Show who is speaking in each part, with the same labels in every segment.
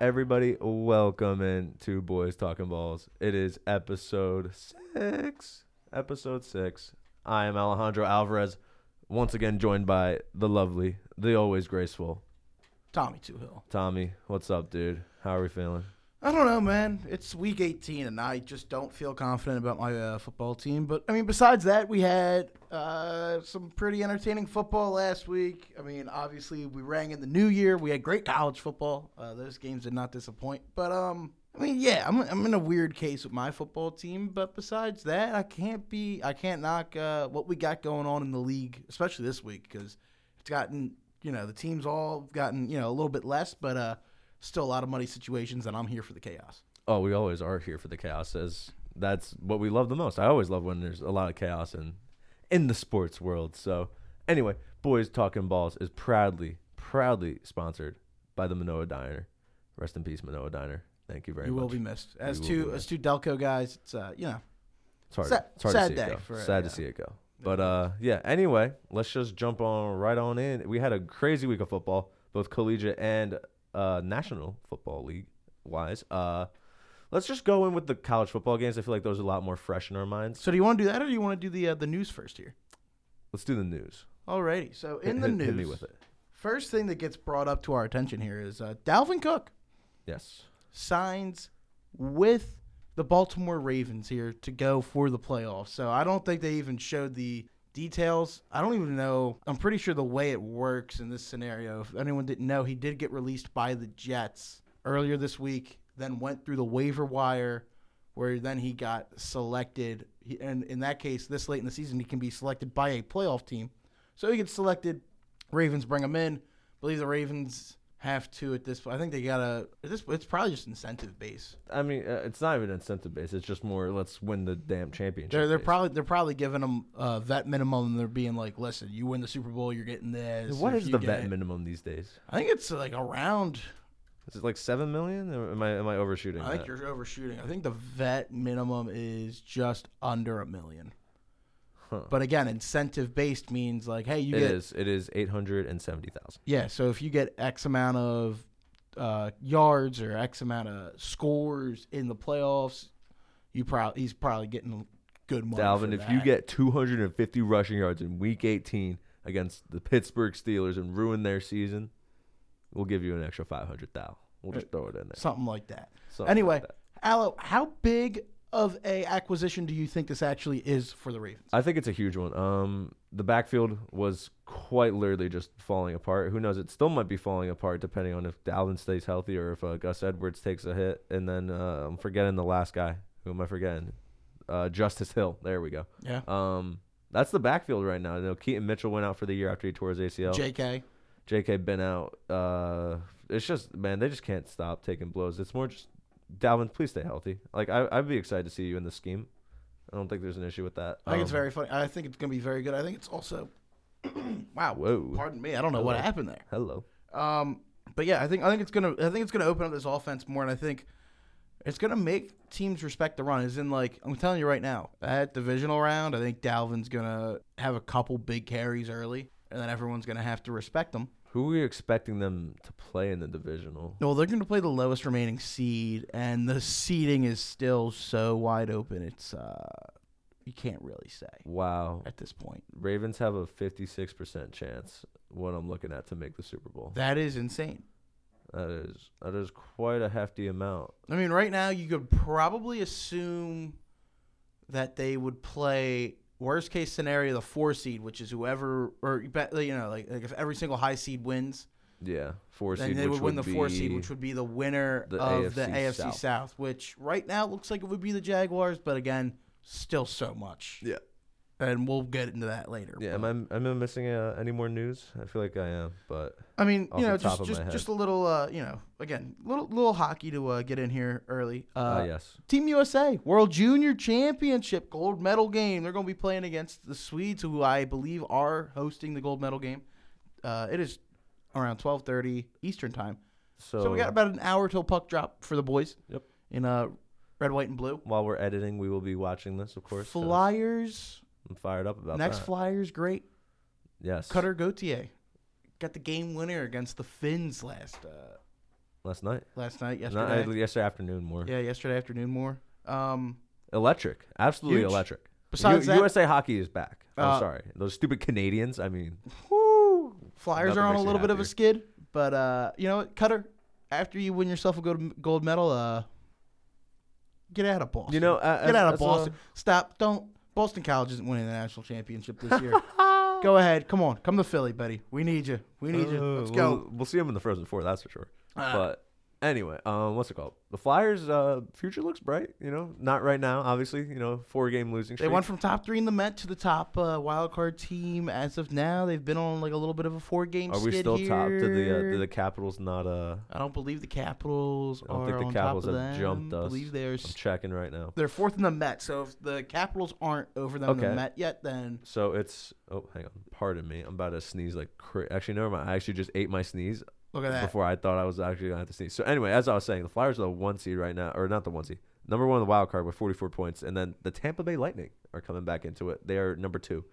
Speaker 1: everybody, welcome in to Boys Talking Balls. It is episode six. Episode six. I am Alejandro Alvarez, once again joined by the lovely, the always graceful
Speaker 2: Tommy Two Hill.
Speaker 1: Tommy. What's up, dude? How are we feeling?
Speaker 2: I don't know, man. It's week 18, and I just don't feel confident about my uh, football team. But I mean, besides that, we had uh, some pretty entertaining football last week. I mean, obviously, we rang in the new year. We had great college football. Uh, those games did not disappoint. But um, I mean, yeah, I'm, I'm in a weird case with my football team. But besides that, I can't be I can't knock uh, what we got going on in the league, especially this week, because it's gotten you know the teams all gotten you know a little bit less, but uh, still a lot of money situations, and I'm here for the chaos.
Speaker 1: Oh, we always are here for the chaos. As that's what we love the most. I always love when there's a lot of chaos in in the sports world. So, anyway, Boys Talking Balls is proudly, proudly sponsored by the Manoa Diner. Rest in peace, Manoa Diner. Thank you very
Speaker 2: you
Speaker 1: much.
Speaker 2: will be missed. As
Speaker 1: will be
Speaker 2: two as two Delco guys, it's uh, you know
Speaker 1: it's hard,
Speaker 2: sad-
Speaker 1: it's hard
Speaker 2: sad
Speaker 1: to see it
Speaker 2: day
Speaker 1: go.
Speaker 2: for it,
Speaker 1: sad to
Speaker 2: yeah.
Speaker 1: see it go. But uh, yeah. Anyway, let's just jump on right on in. We had a crazy week of football, both collegiate and uh, national football league wise. Uh, let's just go in with the college football games. I feel like those are a lot more fresh in our minds.
Speaker 2: So do you want to do that, or do you want to do the uh, the news first here?
Speaker 1: Let's do the news.
Speaker 2: Alrighty. So
Speaker 1: Hit-
Speaker 2: in the
Speaker 1: hit-
Speaker 2: news,
Speaker 1: hit me with it.
Speaker 2: first thing that gets brought up to our attention here is uh, Dalvin Cook
Speaker 1: Yes.
Speaker 2: signs with the Baltimore Ravens here to go for the playoffs. So I don't think they even showed the details. I don't even know. I'm pretty sure the way it works in this scenario, if anyone didn't know, he did get released by the Jets earlier this week, then went through the waiver wire where then he got selected. He, and in that case, this late in the season, he can be selected by a playoff team. So he gets selected. Ravens bring him in. believe the Ravens have to at this point. I think they got to. This it's probably just incentive base.
Speaker 1: I mean, uh, it's not even incentive based. It's just more let's win the damn championship.
Speaker 2: They're they're
Speaker 1: based.
Speaker 2: probably they're probably giving them uh, vet minimum. and They're being like, listen, you win the Super Bowl, you're getting this.
Speaker 1: What
Speaker 2: If
Speaker 1: is
Speaker 2: you
Speaker 1: the
Speaker 2: get-"
Speaker 1: vet minimum these days?
Speaker 2: I think it's like around.
Speaker 1: Is it like seven million? Or am I am I overshooting?
Speaker 2: I think
Speaker 1: that?
Speaker 2: you're overshooting. I think the vet minimum is just under a million.
Speaker 1: Huh.
Speaker 2: But again, incentive based means like, hey, you
Speaker 1: It
Speaker 2: get
Speaker 1: is. It is eight hundred and seventy thousand.
Speaker 2: Yeah, so if you get X amount of uh, yards or X amount of scores in the playoffs, you probably he's probably getting good money.
Speaker 1: Dalvin,
Speaker 2: for
Speaker 1: if you
Speaker 2: that.
Speaker 1: get two hundred and fifty rushing yards in Week eighteen against the Pittsburgh Steelers and ruin their season, we'll give you an extra five hundred thou. We'll just throw it in there.
Speaker 2: something like that.
Speaker 1: Something
Speaker 2: anyway,
Speaker 1: like that.
Speaker 2: Aloe, how big of a acquisition do you think this actually is for the Ravens?
Speaker 1: I think it's a huge one. Um, the backfield was quite literally just falling apart. Who knows? It still might be falling apart depending on if Dalvin stays healthy or if uh, Gus Edwards takes a hit. And then uh, I'm forgetting the last guy. Who am I forgetting? Uh, Justice Hill. There we go.
Speaker 2: Yeah,
Speaker 1: Um, that's the backfield right now. You know, Keaton Mitchell went out for the year after he tore his ACL.
Speaker 2: J.K.
Speaker 1: J.K. been out. Uh, it's just man, they just can't stop taking blows. It's more just Dalvin, please stay healthy. Like I, I'd be excited to see you in the scheme. I don't think there's an issue with that.
Speaker 2: I think it's
Speaker 1: Um,
Speaker 2: very funny. I think it's gonna be very good. I think it's also wow.
Speaker 1: Whoa.
Speaker 2: Pardon me. I don't know what happened there.
Speaker 1: Hello.
Speaker 2: Um, but yeah, I think I think it's gonna I think it's gonna open up this offense more, and I think it's gonna make teams respect the run. As in, like I'm telling you right now, at divisional round, I think Dalvin's gonna have a couple big carries early, and then everyone's gonna have to respect them.
Speaker 1: Who were you expecting them to play in the divisional?
Speaker 2: Well, they're gonna play the lowest remaining seed, and the seeding is still so wide open. It's uh, you can't really say
Speaker 1: Wow.
Speaker 2: at this point.
Speaker 1: Ravens have a 56% chance what I'm looking at to make the Super Bowl.
Speaker 2: That is insane.
Speaker 1: That is that is quite a hefty amount.
Speaker 2: I mean, right now you could probably assume that they would play worst case scenario the four seed, which is whoever or you bet- you know like, like if every single high seed wins,
Speaker 1: Yeah, four
Speaker 2: then
Speaker 1: seed
Speaker 2: they
Speaker 1: which
Speaker 2: would win the four seed,
Speaker 1: be-
Speaker 2: which would be the winner
Speaker 1: the
Speaker 2: of the
Speaker 1: AFC
Speaker 2: AFC
Speaker 1: South.
Speaker 2: South. which right now looks like it would be the Jaguars, but again, still so much,
Speaker 1: Yeah.
Speaker 2: and we'll get into that later.
Speaker 1: Yeah,
Speaker 2: but-
Speaker 1: am I am I missing uh, any more news? I feel like I am, but
Speaker 2: I mean,
Speaker 1: off
Speaker 2: you know,
Speaker 1: the top
Speaker 2: just
Speaker 1: of my
Speaker 2: just,
Speaker 1: head.
Speaker 2: just a little, uh, you know, again, little little hockey to uh, get in here early. Uh,
Speaker 1: uh, yes.
Speaker 2: Team USA World Junior Championship gold medal game. They're going to be playing against the Swedes, who I believe are hosting the gold medal game. Uh, it is around twelve thirty Eastern time,
Speaker 1: So,
Speaker 2: so, we got about an hour till puck drop for the boys.
Speaker 1: Yep.
Speaker 2: In uh, red, white, and blue.
Speaker 1: while we're editing, we will be watching this, of course. 'cause
Speaker 2: Flyers
Speaker 1: I'm fired up about
Speaker 2: next
Speaker 1: that.
Speaker 2: Flyers great
Speaker 1: yes.
Speaker 2: Cutter Gautier got the game winner against the Finns last uh,
Speaker 1: last night.
Speaker 2: last night,
Speaker 1: Not-
Speaker 2: yesterday.
Speaker 1: yesterday afternoon more.
Speaker 2: yeah, yesterday afternoon more. Um,
Speaker 1: Electric. Absolutely
Speaker 2: Huge.
Speaker 1: electric.
Speaker 2: Besides
Speaker 1: U-
Speaker 2: that-
Speaker 1: USA hockey is back. I'm
Speaker 2: Uh,
Speaker 1: sorry. Those stupid Canadians. I mean,
Speaker 2: whoo, Flyers
Speaker 1: Nothing
Speaker 2: are on
Speaker 1: makes
Speaker 2: a
Speaker 1: me
Speaker 2: little bit of a
Speaker 1: happier.
Speaker 2: skid, but uh, you know what, Cutter? After you win yourself a gold gold medal, uh, get out of Boston.
Speaker 1: you know, uh,
Speaker 2: get
Speaker 1: as-
Speaker 2: out of
Speaker 1: as a-
Speaker 2: Boston. Stop. Don't. Boston College isn't winning the national championship this year. go ahead. Come on. Come to Philly, buddy. We need you. We need you.
Speaker 1: Uh,
Speaker 2: Let's
Speaker 1: we'll,
Speaker 2: go.
Speaker 1: We'll see him in the Frozen Four, that's for sure.
Speaker 2: Ah.
Speaker 1: but anyway, um, what's it called? The Flyers' uh, future looks bright. You know, not right now, obviously. You know, four game losing
Speaker 2: They
Speaker 1: streak.
Speaker 2: went from top three in the Met to the top uh, wild card team. As of now, they've been on like a little bit of a four game.
Speaker 1: Are we still top? Did the uh, did the Capitals not? Uh,
Speaker 2: I don't believe the Capitals
Speaker 1: I don't
Speaker 2: are
Speaker 1: think the
Speaker 2: on
Speaker 1: Capitals
Speaker 2: top of
Speaker 1: have
Speaker 2: them.
Speaker 1: jumped us.
Speaker 2: Believe they're
Speaker 1: I'm
Speaker 2: s-
Speaker 1: checking right now.
Speaker 2: they're fourth in the Met. So if the Capitals aren't over them in
Speaker 1: Okay.
Speaker 2: the Met yet, then
Speaker 1: So it's oh, hang on, pardon me. I'm about to sneeze like cra- actually never mind. I actually just ate my sneeze
Speaker 2: look at that.
Speaker 1: before I thought I was actually gonna have to sneeze. So anyway, as I was saying, the Flyers are the one seed right now, or not the one seed, number one in the wild card with 44 points, and then the Tampa Bay Lightning are coming back into it. They are number two,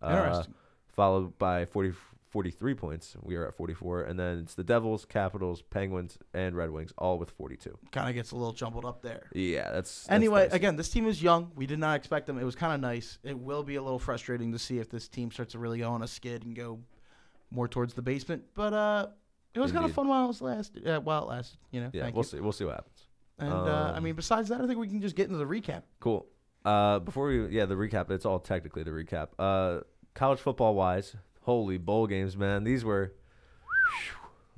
Speaker 1: uh,
Speaker 2: Interesting.
Speaker 1: followed by 40, 43 points. We are at 44, and then it's the Devils, Capitals, Penguins, and Red Wings, all with 42.
Speaker 2: kind of gets a little jumbled up there.
Speaker 1: Yeah, that's, that's
Speaker 2: Anyway,
Speaker 1: dicey.
Speaker 2: again, this team is young. We did not expect them. It was kind of nice. It will be a little frustrating to see if this team starts to really go on a skid and go more towards the basement. But uh, it was kind of
Speaker 1: Indeed.
Speaker 2: fun while it was last. Uh, while it lasted, you know.
Speaker 1: Yeah,
Speaker 2: thank
Speaker 1: we'll
Speaker 2: you.
Speaker 1: see. We'll see what happens.
Speaker 2: And uh, I
Speaker 1: um,
Speaker 2: mean, besides that, I think we can just get into the recap.
Speaker 1: Cool. Uh, before we, yeah, the recap. It's all technically the recap. Uh, college football wise, holy bowl games, man. These were,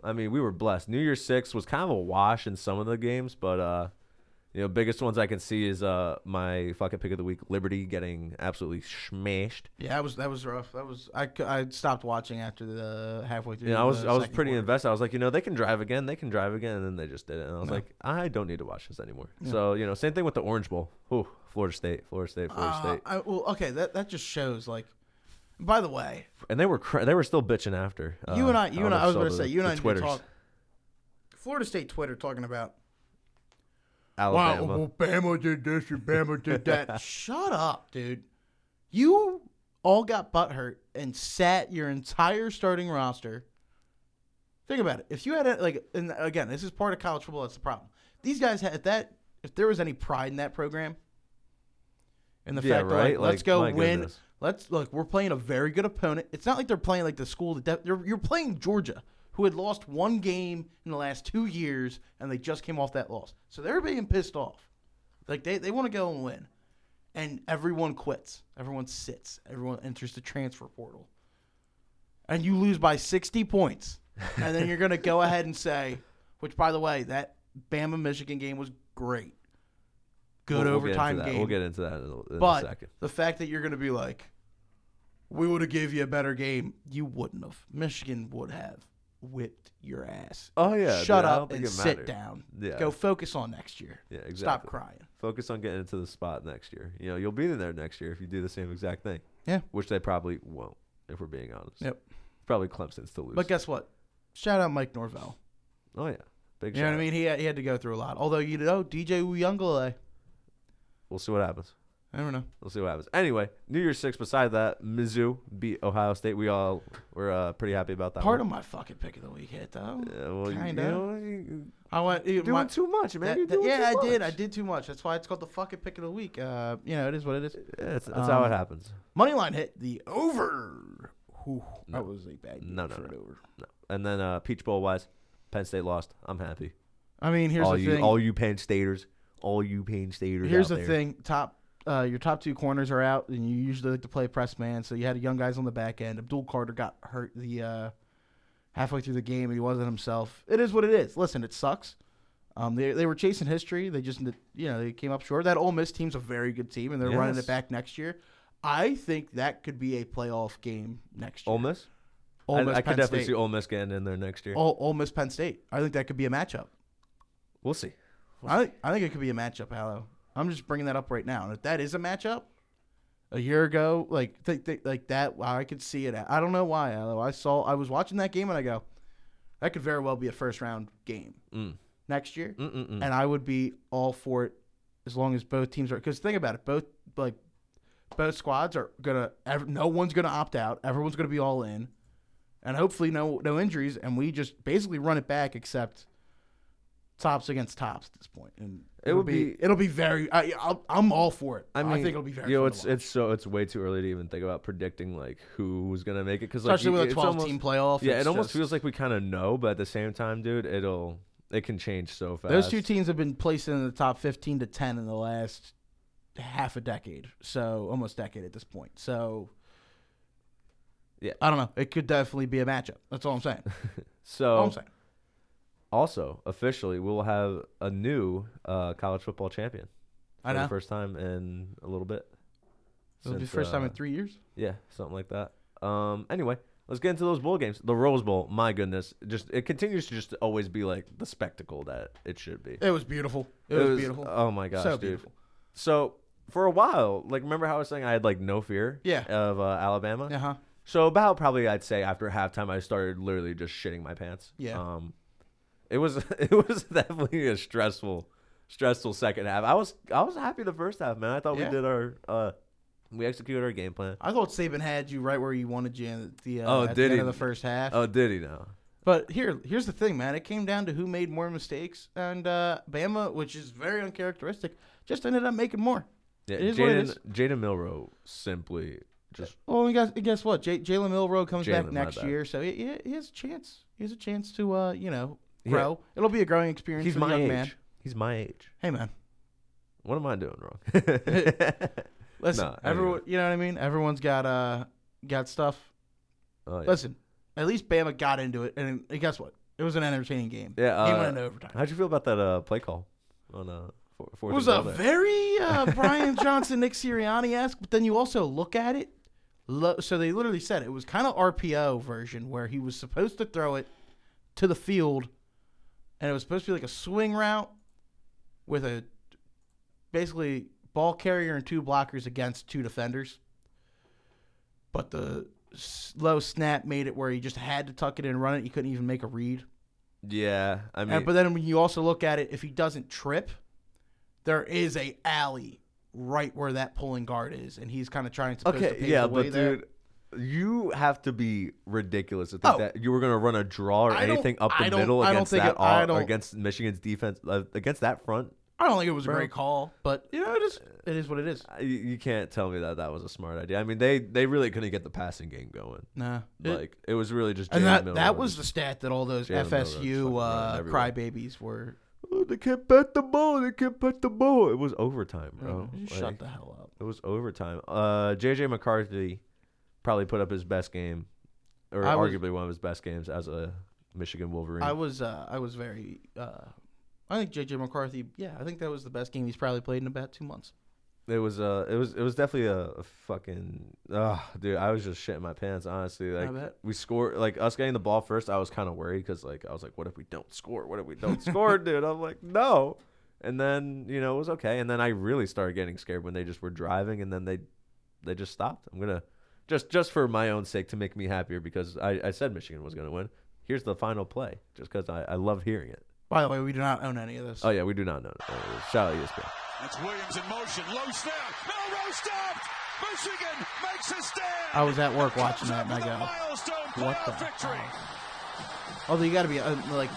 Speaker 1: I mean, we were blessed. New Year's Six was kind of a wash in some of the games, but uh, you know, biggest ones I can see is uh my fucking pick of the week, Liberty getting absolutely smashed.
Speaker 2: Yeah, that was that was rough. That was I, cou- I stopped watching after the halfway through.
Speaker 1: You know, I was
Speaker 2: the
Speaker 1: I was
Speaker 2: second
Speaker 1: pretty
Speaker 2: quarter.
Speaker 1: invested. I was like, you know, they can drive again, they can drive again, and then they just did it. And I was
Speaker 2: No.
Speaker 1: like, I don't need to watch this anymore.
Speaker 2: Yeah.
Speaker 1: So you know, same thing with the Orange Bowl. Ooh, Florida State, Florida State, Florida
Speaker 2: Uh,
Speaker 1: State.
Speaker 2: I, well, okay, that that just shows like. By the way,
Speaker 1: and they were cra- they were still bitching after.
Speaker 2: you
Speaker 1: Uh,
Speaker 2: and I, you
Speaker 1: don't
Speaker 2: and I,
Speaker 1: know
Speaker 2: I was
Speaker 1: if
Speaker 2: going to
Speaker 1: saw
Speaker 2: say,
Speaker 1: the-
Speaker 2: you and
Speaker 1: the
Speaker 2: I need to
Speaker 1: Twitters.
Speaker 2: talk. Florida State Twitter talking about
Speaker 1: Alabama.
Speaker 2: Wow, well, Bama did this and Bama did that. Shut up, dude. You all got butthurt and sat your entire starting roster. Think about it. If you had a, like, and again, this is part of college football. That's the problem. These guys had if that. If there was any pride in that program, and the
Speaker 1: Yeah,
Speaker 2: fact that
Speaker 1: right?
Speaker 2: like, let's
Speaker 1: Like,
Speaker 2: go
Speaker 1: my
Speaker 2: win.
Speaker 1: goodness.
Speaker 2: Let's look. We're playing a very good opponent. It's not like they're playing like the school that def- you're, you're playing Georgia, who had lost one game in the last two years, and they just came off that loss. So they're being pissed off. Like they, they want to go and win, and everyone quits. Everyone sits. Everyone enters the transfer portal, and you lose by sixty points. And then you're gonna go ahead and say, which by the way, that Bama Michigan game was great. Good
Speaker 1: We'll- we'll get into
Speaker 2: overtime
Speaker 1: that.
Speaker 2: game.
Speaker 1: We'll get into that in a, in
Speaker 2: But
Speaker 1: a second.
Speaker 2: the fact that you're going to be like, we would have gave you a better game, you wouldn't have. Michigan would have whipped your ass.
Speaker 1: Oh yeah,
Speaker 2: Shut
Speaker 1: dude, I don't
Speaker 2: up
Speaker 1: think
Speaker 2: and
Speaker 1: it
Speaker 2: sit
Speaker 1: mattered.
Speaker 2: down.
Speaker 1: Yeah.
Speaker 2: Go focus on next year.
Speaker 1: Yeah, exactly.
Speaker 2: Stop crying.
Speaker 1: Focus on getting into the spot next year. You know, you'll be in there next year if you do the same exact thing.
Speaker 2: Yeah.
Speaker 1: Which they probably won't, if we're being honest.
Speaker 2: Yep.
Speaker 1: Probably Clemson's to lose.
Speaker 2: But guess what? Shout out Mike Norvell.
Speaker 1: oh yeah, big.
Speaker 2: You know what I mean? He had, he had to go through a lot. Although you know DJ Uyunglele.
Speaker 1: We'll see what happens.
Speaker 2: I don't know.
Speaker 1: We'll see what happens. Anyway, New Year's six. Beside that, Mizzou beat Ohio State. We all were uh, pretty happy about that.
Speaker 2: Part
Speaker 1: one.
Speaker 2: of my fucking pick of the week hit though.
Speaker 1: Yeah, well, you- you
Speaker 2: kinda.
Speaker 1: know, you-
Speaker 2: I went. it-
Speaker 1: doing
Speaker 2: my-
Speaker 1: too much, man.
Speaker 2: that-
Speaker 1: You're
Speaker 2: that-
Speaker 1: doing
Speaker 2: yeah,
Speaker 1: too
Speaker 2: I did. I
Speaker 1: much.
Speaker 2: did too much. That's why it's called the fucking pick of the week. Uh, you know, it is what it is.
Speaker 1: Yeah, that's, that's how
Speaker 2: Um,
Speaker 1: it happens.
Speaker 2: Moneyline hit the over. Ooh, That was a bad
Speaker 1: No, no,
Speaker 2: game for
Speaker 1: no.
Speaker 2: an over.
Speaker 1: No. And then uh, Peach Bowl wise, Penn State lost. I'm happy.
Speaker 2: I mean, here's
Speaker 1: all
Speaker 2: the
Speaker 1: you,
Speaker 2: thing.
Speaker 1: all you Penn Staters, all you Penn Staters.
Speaker 2: here's
Speaker 1: out there.
Speaker 2: the thing. Top, uh, your top two corners are out, and you usually like to play press man. So you had young guys on the back end. Abdul Carter got hurt the uh, halfway through the game, and he wasn't himself. It is what it is. Listen, it sucks. Um, they, they were chasing history. They just n- you know they came up short. That Ole Miss team's a very good team, and they're running
Speaker 1: Yes.
Speaker 2: it back next year. I think that could be a playoff game next year.
Speaker 1: Ole Miss.
Speaker 2: Ole
Speaker 1: Oh, I-
Speaker 2: Miss,
Speaker 1: I, could
Speaker 2: Penn
Speaker 1: definitely
Speaker 2: State.
Speaker 1: see Ole Miss getting in there next year.
Speaker 2: Ole, Ole Miss Penn State. I think that could be a matchup.
Speaker 1: We'll see.
Speaker 2: I think, I think it could be a matchup, Hallow. I'm just bringing that up right now. And if that is a matchup, a year ago, like th- th- like that, wow, I could see it. I don't know why, Hallow. I saw I was watching that game and I go, that could very well be a first round game
Speaker 1: Mm.
Speaker 2: next year,
Speaker 1: Mm-mm-mm.
Speaker 2: and I would be all for it as long as both teams are. Because think about it, both like both squads are gonna. Ev- no one's gonna opt out. Everyone's gonna be all in, and hopefully no no injuries. And we just basically run it back, except tops against tops at this point, and
Speaker 1: It
Speaker 2: it'll
Speaker 1: would be-
Speaker 2: it'll be very. I, I'll, I'm all for it.
Speaker 1: I mean,
Speaker 2: think it'll be very.
Speaker 1: You know,
Speaker 2: fun to
Speaker 1: it's
Speaker 2: watch.
Speaker 1: it's so it's way too early to even think about predicting like who's gonna make it because like,
Speaker 2: especially
Speaker 1: you-
Speaker 2: with a
Speaker 1: it's
Speaker 2: 12
Speaker 1: almost-
Speaker 2: team playoff.
Speaker 1: Yeah,
Speaker 2: it's
Speaker 1: it almost
Speaker 2: just-
Speaker 1: feels like we kind of know, but at the same time, dude, it'll it can change so fast.
Speaker 2: Those two teams have been placed in the top 15 to 10 in the last half a decade. So, almost decade at this point. So,
Speaker 1: Yeah.
Speaker 2: I don't know. It could definitely be a matchup. That's all I'm saying.
Speaker 1: So
Speaker 2: all Oh, I'm saying.
Speaker 1: also officially, we'll have a new uh, college football champion for
Speaker 2: I know.
Speaker 1: the first time in a little bit.
Speaker 2: It'll be the
Speaker 1: Since,
Speaker 2: first time in
Speaker 1: uh,
Speaker 2: three years.
Speaker 1: Yeah, something like that. Um, anyway, let's get into those bowl games. The Rose Bowl, my goodness, just it continues to just always be like the spectacle that it should be.
Speaker 2: It was beautiful. It, was, beautiful.
Speaker 1: Oh my gosh,
Speaker 2: so
Speaker 1: dude.
Speaker 2: beautiful.
Speaker 1: So for a while, like remember how I was saying I had like no fear
Speaker 2: Yeah.
Speaker 1: of uh, Alabama.
Speaker 2: Uh huh.
Speaker 1: So about probably I'd say after halftime I started literally just shitting my pants.
Speaker 2: Yeah.
Speaker 1: Um, it was it was definitely a stressful stressful second half. I was I was happy the first half, man. I thought
Speaker 2: Yeah.
Speaker 1: we did our uh we executed our game plan.
Speaker 2: I thought Saban had you right where you wanted you in the, uh,
Speaker 1: Oh, did
Speaker 2: at the end
Speaker 1: he?
Speaker 2: of the first half.
Speaker 1: Oh, did he now?
Speaker 2: But here, here's the thing, man. It came down to who made more mistakes, and uh, Bama, which is very uncharacteristic, just ended up making more.
Speaker 1: Yeah,
Speaker 2: It is what it
Speaker 1: Jaden
Speaker 2: is.
Speaker 1: Jaden Milrow simply just
Speaker 2: Well, and guess, and guess what? J- Jalen Milrow comes
Speaker 1: Jalen,
Speaker 2: back
Speaker 1: my
Speaker 2: next
Speaker 1: bad.
Speaker 2: year, so he, he- he has a chance. He has a chance to, uh, you know,
Speaker 1: Yeah.
Speaker 2: grow. It'll be a growing experience
Speaker 1: he's
Speaker 2: for the
Speaker 1: my
Speaker 2: young
Speaker 1: age.
Speaker 2: man.
Speaker 1: He's my age.
Speaker 2: Hey, man.
Speaker 1: What am I doing wrong?
Speaker 2: Listen,
Speaker 1: Nah,
Speaker 2: everyone, you know what I mean. Everyone's got uh got stuff.
Speaker 1: oh, yeah.
Speaker 2: Listen, at least Bama got into it, and, and guess what? It was an entertaining game.
Speaker 1: Yeah,
Speaker 2: he
Speaker 1: uh,
Speaker 2: went into overtime.
Speaker 1: How'd you feel about that uh, play call on uh, four, fourth?
Speaker 2: It was
Speaker 1: and
Speaker 2: a
Speaker 1: goal there?
Speaker 2: very uh, Brian Johnson, Nick Sirianni esque, but then you also look at it. Lo- so they literally said it was kind of RPO version where he was supposed to throw it to the field, and it was supposed to be like a swing route with a basically ball carrier and two blockers against two defenders. But the slow snap made it where he just had to tuck it and run it. He couldn't even make a read.
Speaker 1: yeah. I mean,
Speaker 2: And, but then when you also look at it, if he doesn't trip, there is a alley right where that pulling guard is, and he's kind of trying to.
Speaker 1: okay,
Speaker 2: pave
Speaker 1: yeah,
Speaker 2: the way
Speaker 1: but
Speaker 2: there.
Speaker 1: dude, you have to be ridiculous to think
Speaker 2: Oh.
Speaker 1: that you were gonna run a draw or
Speaker 2: I don't-
Speaker 1: anything up
Speaker 2: I
Speaker 1: the
Speaker 2: don't-
Speaker 1: middle
Speaker 2: I don't
Speaker 1: against
Speaker 2: think
Speaker 1: that
Speaker 2: it- I
Speaker 1: all- or
Speaker 2: don't-
Speaker 1: against Michigan's defense uh, against that front.
Speaker 2: I don't think it was a
Speaker 1: Bro.
Speaker 2: great call, but you know, it is. It is what it is.
Speaker 1: I- You, you can't tell me that that was a smart idea. I mean, they they really couldn't get the passing game going.
Speaker 2: Nah, it-
Speaker 1: Like it was really just
Speaker 2: and
Speaker 1: Jalen
Speaker 2: that
Speaker 1: Milroe
Speaker 2: that
Speaker 1: and
Speaker 2: was the stat that all those
Speaker 1: Jalen Milroe just fucking running
Speaker 2: FSU uh,
Speaker 1: everywhere.
Speaker 2: crybabies were.
Speaker 1: Oh, they can't pet the ball. They can't pet the ball. It was overtime, bro.
Speaker 2: Mm-hmm. Just
Speaker 1: Like,
Speaker 2: shut the hell up.
Speaker 1: It was overtime. Uh, JJ McCarthy probably put up his best game, or
Speaker 2: I was-
Speaker 1: arguably one of his best games as a Michigan Wolverine.
Speaker 2: I was uh, I was very. Uh, I think JJ McCarthy. Yeah, I think that was the best game he's probably played in about two months.
Speaker 1: it was uh, it was it was definitely a, a fucking ah, dude. I was just shitting my pants, honestly. Like
Speaker 2: bet.
Speaker 1: we scored, like us getting the ball first. I was kind of worried because like I was like, what if we don't score? What if we don't score, dude? I'm like, no. And then you know it was okay. And then I really started getting scared when they just were driving, and then they they just stopped. I'm gonna just just for my own sake to make me happier because I, I said Michigan was gonna win. Here's the final play, just because I, I love hearing it.
Speaker 2: By the way, we do not own any of this.
Speaker 1: Oh yeah, we do not know. Uh, Shout out ESPN.
Speaker 3: That's Williams in motion. Low snap. Melrose stopped. Michigan makes a stand.
Speaker 2: I was at work watching that, and I
Speaker 3: Comes
Speaker 2: go,
Speaker 3: up with a milestone
Speaker 2: "What
Speaker 3: playoff
Speaker 2: the
Speaker 3: victory.
Speaker 2: Although you got to be uh, like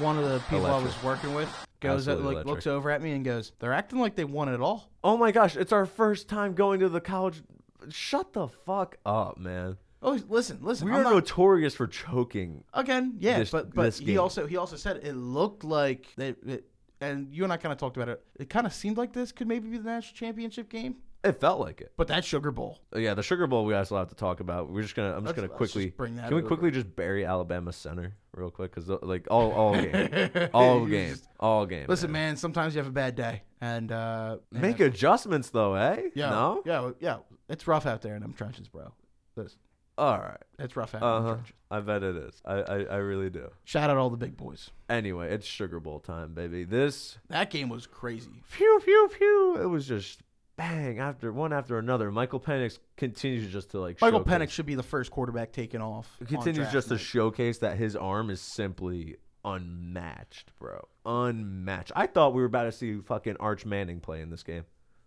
Speaker 2: one of the people I was
Speaker 1: Electric.
Speaker 2: working with goes uh,
Speaker 1: Absolutely
Speaker 2: like
Speaker 1: electric.
Speaker 2: looks over at me and goes, "They're acting like they won it all."
Speaker 1: Oh my gosh, it's our first time going to the college. Shut the fuck up, man.
Speaker 2: Oh, listen, listen.
Speaker 1: We
Speaker 2: I'm
Speaker 1: are
Speaker 2: not-
Speaker 1: notorious for choking.
Speaker 2: again, yeah,
Speaker 1: this-
Speaker 2: but but
Speaker 1: this
Speaker 2: he
Speaker 1: game.
Speaker 2: also he also said it looked like that. It, and you and I kind of talked about it. It kind of seemed like this could maybe be the national championship game,
Speaker 1: It felt like it.
Speaker 2: but that Sugar Bowl.
Speaker 1: Yeah, the Sugar Bowl we also have to talk about. We're just gonna. I'm just
Speaker 2: Let's-
Speaker 1: gonna
Speaker 2: let's just
Speaker 1: quickly.
Speaker 2: bring that
Speaker 1: can we
Speaker 2: over.
Speaker 1: quickly just bury Alabama center real quick? Cause the- like all all game, all
Speaker 2: You
Speaker 1: game,
Speaker 2: just-
Speaker 1: all game.
Speaker 2: Listen, man. Sometimes you have a bad day, and uh,
Speaker 1: Make adjustments though, eh?
Speaker 2: yeah,
Speaker 1: No.
Speaker 2: yeah, yeah. It's rough out there in them trenches, bro. Listen,
Speaker 1: All right.
Speaker 2: it's rough out
Speaker 1: Uh
Speaker 2: in them
Speaker 1: huh.
Speaker 2: trenches.
Speaker 1: I bet it is. I, I I really do.
Speaker 2: Shout out all the big boys.
Speaker 1: Anyway, it's Sugar Bowl time, baby. This
Speaker 2: That game was crazy.
Speaker 1: pew pew pew. It was just bang after one after another. Michael Penix continues just to like
Speaker 2: Michael
Speaker 1: showcase-
Speaker 2: Penix should be the first quarterback taken off. on
Speaker 1: continues
Speaker 2: draft
Speaker 1: just to
Speaker 2: night.
Speaker 1: showcase that his arm is simply unmatched, bro. Unmatched. I thought we were about to see fucking Arch Manning play in this game.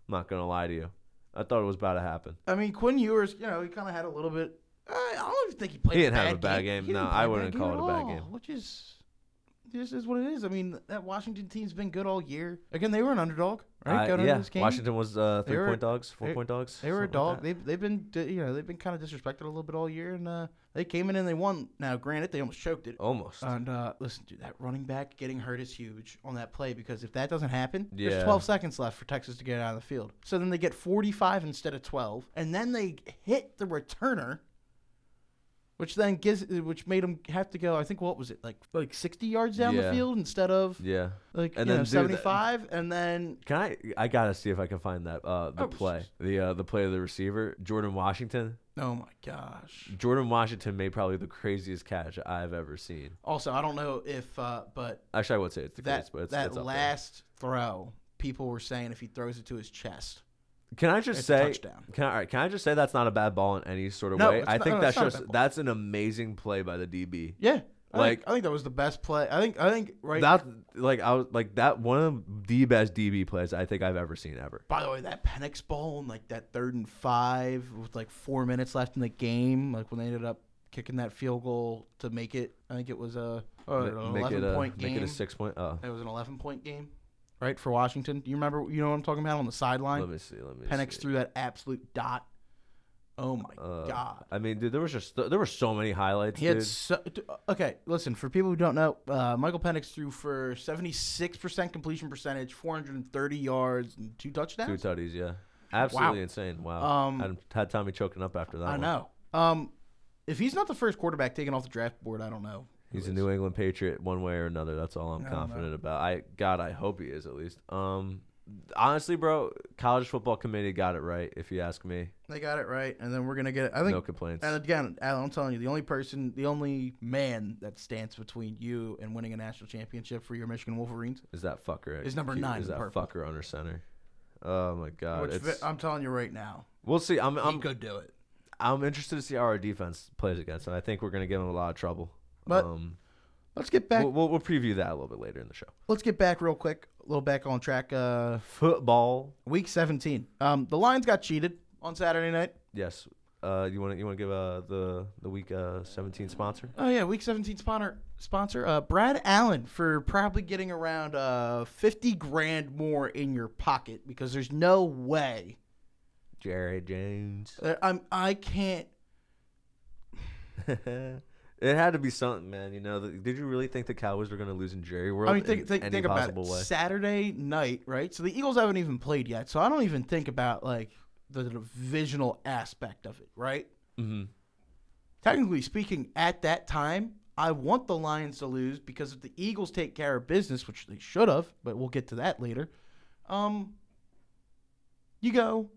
Speaker 1: I'm not gonna lie to you. I thought it was about to happen.
Speaker 2: I mean, Quinn Ewers, you know, he kind of had a little bit. I I don't even think he played.
Speaker 1: He didn't
Speaker 2: a
Speaker 1: have
Speaker 2: bad
Speaker 1: a bad game.
Speaker 2: He
Speaker 1: No,
Speaker 2: didn't play
Speaker 1: I
Speaker 2: a bad
Speaker 1: wouldn't
Speaker 2: game
Speaker 1: call
Speaker 2: at
Speaker 1: it a bad
Speaker 2: all,
Speaker 1: game.
Speaker 2: Which is this is what it is. I mean, that Washington team's been good all year. Again, they were an underdog, right?
Speaker 1: I-
Speaker 2: Going into
Speaker 1: yeah,
Speaker 2: this game.
Speaker 1: Washington was uh,
Speaker 2: They
Speaker 1: three
Speaker 2: were-
Speaker 1: point dogs, four point dogs.
Speaker 2: They were a
Speaker 1: something like
Speaker 2: dog.
Speaker 1: that.
Speaker 2: they've they've been di- you know they've been kind of disrespected a little bit all year, and uh, they came in and they won. Now, granted, they almost choked it.
Speaker 1: Almost.
Speaker 2: And uh, listen, dude, that running back getting hurt is huge on that play because if that doesn't happen,
Speaker 1: Yeah.
Speaker 2: there's 12 seconds left for Texas to get out of the field. So then they get 45 instead of 12, and then they hit the returner, which then gives which made them have to go. I think what was it like like 60 yards down
Speaker 1: Yeah.
Speaker 2: the field instead of
Speaker 1: yeah.
Speaker 2: like
Speaker 1: And
Speaker 2: you
Speaker 1: then do
Speaker 2: know
Speaker 1: that-
Speaker 2: 75, and then
Speaker 1: Can I? I gotta see if I can find that uh, the
Speaker 2: Oh,
Speaker 1: play, the uh, the play of the receiver, Jordan Washington.
Speaker 2: oh my gosh.
Speaker 1: Jordan Washington made probably the craziest catch I've ever seen.
Speaker 2: Also, I don't know if uh, but
Speaker 1: Actually, I would say it's the
Speaker 2: that
Speaker 1: craziest, but it's,
Speaker 2: that
Speaker 1: it's up there.
Speaker 2: last throw, people were saying if he throws it to his chest.
Speaker 1: Can I just
Speaker 2: It's a
Speaker 1: say?
Speaker 2: touchdown.
Speaker 1: Can I, all right, can I just say that's not a bad ball in any sort of
Speaker 2: No,
Speaker 1: way?
Speaker 2: it's
Speaker 1: I
Speaker 2: not-
Speaker 1: think
Speaker 2: no,
Speaker 1: that's
Speaker 2: it's not a
Speaker 1: just
Speaker 2: bad ball.
Speaker 1: that's an amazing play by the DB.
Speaker 2: Yeah. I
Speaker 1: Like-
Speaker 2: think, I think that was the best play. I think I think right.
Speaker 1: That like I was like that one of the best DB plays I think I've ever seen ever.
Speaker 2: by the way, that Penix ball and like that third and five with like four minutes left in the game, like when they ended up kicking that field goal to make it. I think it was a or an
Speaker 1: Ma- make
Speaker 2: eleven
Speaker 1: it a
Speaker 2: point game.
Speaker 1: make it a six point. Oh,
Speaker 2: It was an eleven point game, right for Washington. Do you remember? You know what I'm talking about on the sideline.
Speaker 1: let me see. Let me.
Speaker 2: Penix
Speaker 1: see.
Speaker 2: threw that absolute dot. Oh my
Speaker 1: Uh,
Speaker 2: god.
Speaker 1: I mean, dude, there was just there were so many highlights.
Speaker 2: He had
Speaker 1: dude.
Speaker 2: so, d- okay. Listen, for people who don't know, uh, Michael Penix threw for seventy six percent completion percentage, four hundred and thirty yards, and two
Speaker 1: Two
Speaker 2: touchdowns.
Speaker 1: tutties, yeah. Absolutely insane. Wow.
Speaker 2: Um,
Speaker 1: Had- had Tommy choking up after that.
Speaker 2: I
Speaker 1: one.
Speaker 2: know. Um, if he's not the first quarterback taken off the draft board, I don't know. who
Speaker 1: He's a
Speaker 2: is.
Speaker 1: New England Patriot, one way or another. That's all I'm
Speaker 2: I don't know.
Speaker 1: confident about. I God, I hope he is at least. Um, honestly, bro, college football committee got it right. If you ask me,
Speaker 2: They got it right, and then we're gonna get. I think.
Speaker 1: no complaints.
Speaker 2: And again, Alan, I'm telling you, the only person, the only man that stands between you and winning a national championship for your Michigan Wolverines,
Speaker 1: Is that fucker?
Speaker 2: He's number
Speaker 1: cute?
Speaker 2: nine
Speaker 1: Is
Speaker 2: in
Speaker 1: that
Speaker 2: purple.
Speaker 1: fucker under center? Oh my God!
Speaker 2: which
Speaker 1: It's,
Speaker 2: I'm telling you right now,
Speaker 1: we'll see. I'm
Speaker 2: he
Speaker 1: I'm
Speaker 2: could do it.
Speaker 1: I'm interested to see how our defense plays against, and I think we're gonna give him a lot of trouble.
Speaker 2: But-
Speaker 1: um,
Speaker 2: Let's get back.
Speaker 1: we'll, we'll we'll preview that a little bit later in the show.
Speaker 2: let's get back real quick, a little back on track. Uh,
Speaker 1: Football,
Speaker 2: Week 17. Um, the Lions got cheated on Saturday night.
Speaker 1: yes. Uh, you want to you want to give uh the the week uh 17 sponsor?
Speaker 2: Oh yeah, Week 17 sponsor sponsor uh, Brad Allen for probably getting around uh 50 grand more in your pocket because there's no way
Speaker 1: Jerry Jones.
Speaker 2: uh, I'm I can't.
Speaker 1: it had to be something, man. You know, the, did you really think the Cowboys were going to lose in Jerry World?
Speaker 2: I mean, think
Speaker 1: in
Speaker 2: think,
Speaker 1: any
Speaker 2: think about it.
Speaker 1: possible way.
Speaker 2: Saturday night, right? So the Eagles haven't even played yet, so I don't even think about like the divisional aspect of it, right?
Speaker 1: Mhm.
Speaker 2: technically speaking, at that time, I want the Lions to lose because if the Eagles take care of business, which they should have, but we'll get to that later. Um, you go,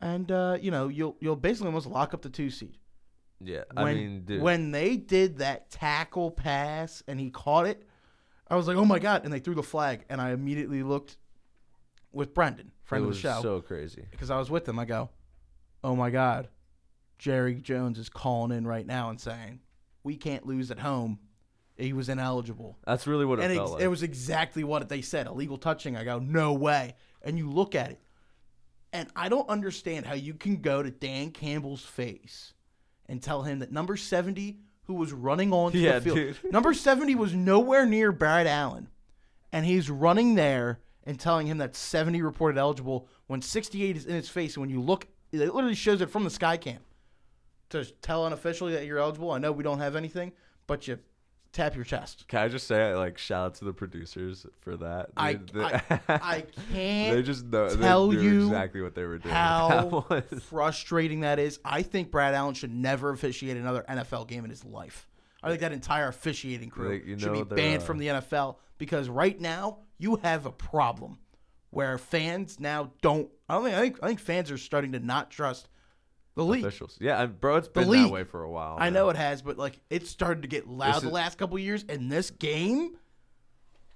Speaker 2: and uh, you know you'll you'll basically almost lock up the two seed.
Speaker 1: Yeah,
Speaker 2: When
Speaker 1: I mean, dude,
Speaker 2: when they did that tackle pass and he caught it, I was like, oh my god! And they threw the flag, and I immediately looked with Brendan,
Speaker 1: it
Speaker 2: friend of
Speaker 1: was
Speaker 2: the show
Speaker 1: so crazy.
Speaker 2: because I was with them. I go, oh my God, Jerry Jones is calling in right now and saying, we can't lose at home. He was ineligible.
Speaker 1: That's really what it
Speaker 2: And it,
Speaker 1: felt like.
Speaker 2: it was exactly what they said illegal touching. I go, no way. And you look at it. And I don't understand how you can go to Dan Campbell's face and tell him that number 70, who was running onto
Speaker 1: Yeah,
Speaker 2: the field,
Speaker 1: dude.
Speaker 2: number 70 was nowhere near Brad Allen. And he's running there and telling him that 70 reported eligible when 68 is in his face. And when you look, it literally shows it from the sky cam to tell unofficially that you're eligible. I know we don't have anything, but you tap your chest.
Speaker 1: Can I just say, like, shout out to the producers for that?
Speaker 2: I-
Speaker 1: Dude, they-
Speaker 2: I- I
Speaker 1: They
Speaker 2: can't
Speaker 1: just know,
Speaker 2: tell
Speaker 1: they knew
Speaker 2: you
Speaker 1: exactly what they were doing. That
Speaker 2: How
Speaker 1: was-
Speaker 2: frustrating that is. I think Brad Allen should never officiate another NFL game in his life. I think that entire officiating crew
Speaker 1: Like, you
Speaker 2: should
Speaker 1: know,
Speaker 2: be
Speaker 1: they're,
Speaker 2: banned
Speaker 1: uh,
Speaker 2: from the NFL because right now you have a problem where fans now don't. I don't think, I think I think fans are starting to not trust the league.
Speaker 1: officials. Yeah, I- bro, it's been
Speaker 2: league.
Speaker 1: that way for a while.
Speaker 2: I
Speaker 1: man.
Speaker 2: know it has, but like it's started to get loud
Speaker 1: This
Speaker 2: the
Speaker 1: is-
Speaker 2: last couple of years. And this game,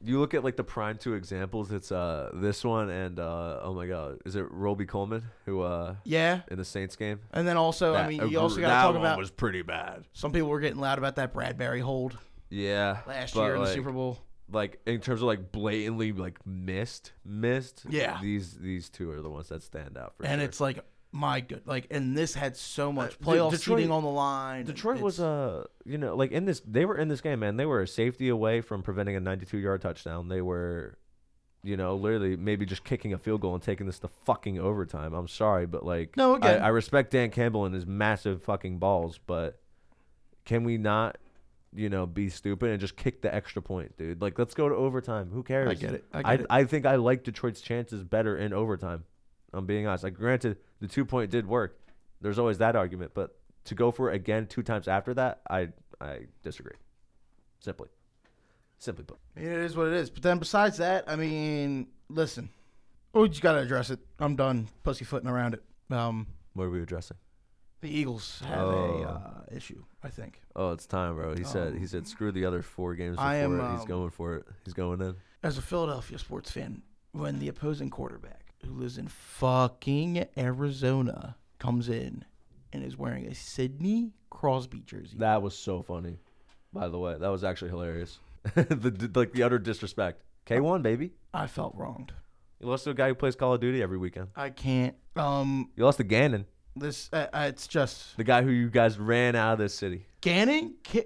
Speaker 1: You look at like the prime two examples. It's uh this one and uh oh my god, is it Roby Coleman who uh
Speaker 2: yeah.
Speaker 1: in the Saints game?
Speaker 2: And then also, I
Speaker 1: That-
Speaker 2: mean, you
Speaker 1: uh,
Speaker 2: also got
Speaker 1: that
Speaker 2: to talk
Speaker 1: one
Speaker 2: about
Speaker 1: was pretty bad.
Speaker 2: some people were getting loud about that Bradbury hold
Speaker 1: Yeah,
Speaker 2: last
Speaker 1: but,
Speaker 2: year in the
Speaker 1: like-
Speaker 2: Super Bowl.
Speaker 1: like in terms of like blatantly like missed missed
Speaker 2: Yeah.
Speaker 1: these these two are the ones that stand out for
Speaker 2: and
Speaker 1: sure. Uh,
Speaker 2: it's like my good. Like, and this had so much
Speaker 1: dude,
Speaker 2: playoff
Speaker 1: Detroit-
Speaker 2: seating on the line. and
Speaker 1: Detroit was
Speaker 2: it's-
Speaker 1: uh, you know, like in this, they were in this game, man. They were a safety away from preventing a 92-yard touchdown. They were, you know, literally maybe just kicking a field goal and taking this to fucking overtime. I'm sorry, but like,
Speaker 2: No,
Speaker 1: I,
Speaker 2: again-
Speaker 1: I respect Dan Campbell and his massive fucking balls, but can we not, you know, be stupid and just kick the extra point, dude? Like, let's go to overtime. Who cares?
Speaker 2: get it. I
Speaker 1: I,
Speaker 2: get it.
Speaker 1: I think I like Detroit's chances better in overtime. I'm being honest. Like, granted, the two point did work. There's always that argument, but to go for it again two times after that, I I disagree. Simply, simply put.
Speaker 2: I mean, it is what it is. But then besides that, I mean, listen, we just got to address it. I'm done pussyfooting around it. Um,
Speaker 1: What are we addressing?
Speaker 2: the Eagles have
Speaker 1: Oh.
Speaker 2: a uh, issue, I think.
Speaker 1: Oh, it's time, bro. He said he said screw the other four games before
Speaker 2: Oh. I am,
Speaker 1: it. He's
Speaker 2: um,
Speaker 1: going for it. He's going in.
Speaker 2: As a Philadelphia sports fan, when the opposing quarterback who lives in fucking Arizona comes in and is wearing a Sidney Crosby jersey,
Speaker 1: That was so funny. By the way, that was actually hilarious. the d- like the utter disrespect. K one baby.
Speaker 2: I felt wronged.
Speaker 1: You lost to a guy who plays Call of Duty every weekend.
Speaker 2: I can't. Um,
Speaker 1: You lost to Gannon,
Speaker 2: this uh, uh, it's just
Speaker 1: the guy who you guys ran out of this city.
Speaker 2: Gannon. Ki-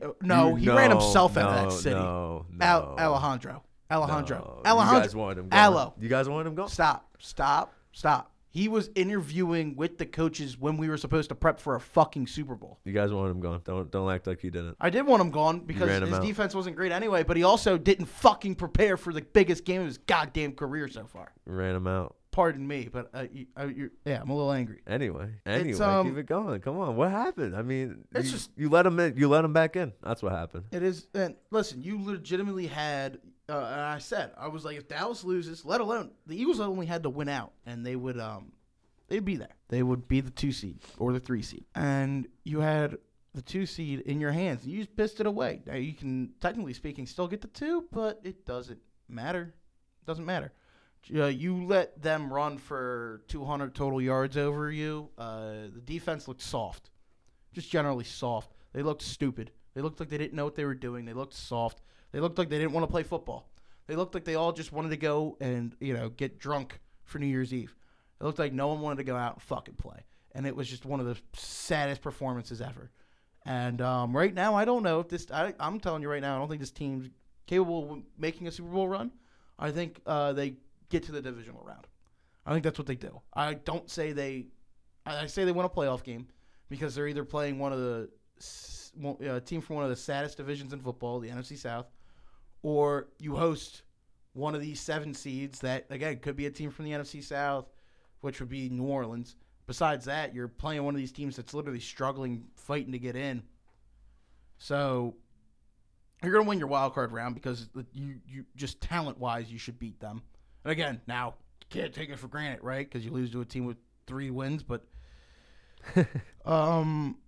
Speaker 1: You-
Speaker 2: no, he ran
Speaker 1: no,
Speaker 2: himself out of
Speaker 1: no,
Speaker 2: that city.
Speaker 1: No, no,
Speaker 2: Al- Alejandro. Alejandro.
Speaker 1: no.
Speaker 2: Alejandro.
Speaker 1: Oh, You guys wanted him gone.
Speaker 2: Alo.
Speaker 1: You guys wanted him gone.
Speaker 2: Stop. Stop. Stop. He was interviewing with the coaches when we were supposed to prep for a fucking Super Bowl.
Speaker 1: You guys wanted him gone. Don't don't act like you didn't.
Speaker 2: I did want him gone
Speaker 1: ran
Speaker 2: because
Speaker 1: him
Speaker 2: his
Speaker 1: out.
Speaker 2: defense wasn't great anyway, but he also didn't fucking prepare for the biggest game of his goddamn career so far.
Speaker 1: Ran him out.
Speaker 2: Pardon me, but uh, you, uh, you're, yeah, I'm a little angry.
Speaker 1: Anyway, anyway,
Speaker 2: um,
Speaker 1: keep it going. Come on, what happened? I mean,
Speaker 2: It's
Speaker 1: you,
Speaker 2: just-
Speaker 1: you let him in. You let him back in. That's what happened.
Speaker 2: It is, and listen, you legitimately had. Uh, and I said I was like, if Dallas loses, let alone the Eagles only had to win out, and they would um, they'd be there. They would be the two seed or the three seed, and you had the two seed in your hands. You just pissed it away. Now you can technically speaking still get the two, but it doesn't matter. Doesn't matter. Uh, you let them run for 200 total yards over you. Uh, the defense looked soft just generally soft. They looked stupid. They looked like they didn't know what they were doing. They looked soft. They looked like they didn't want to play football. They looked like they all just wanted to go and, you know, get drunk for New Year's Eve. It looked like no one wanted to go out and fucking play. And it was just one of the saddest performances ever. And um, right now, I don't know if this, I, I'm telling you right now, I don't think this team's capable of making a Super Bowl run. I think uh, they get to the divisional round. I think that's what they do. I don't say they. I I say they win a playoff game because they're either playing one of the s- one- uh, team from one of the saddest divisions in football, the NFC South, or you host one of these seven seeds that again could be a team from the NFC South, which would be New Orleans. Besides that, you're playing one of these teams that's literally struggling, fighting to get in. So you're going to win your wild card round because the- you you just talent wise you should beat them. And again, now can't take it for granted, right? Because you lose to a team with three wins, but um,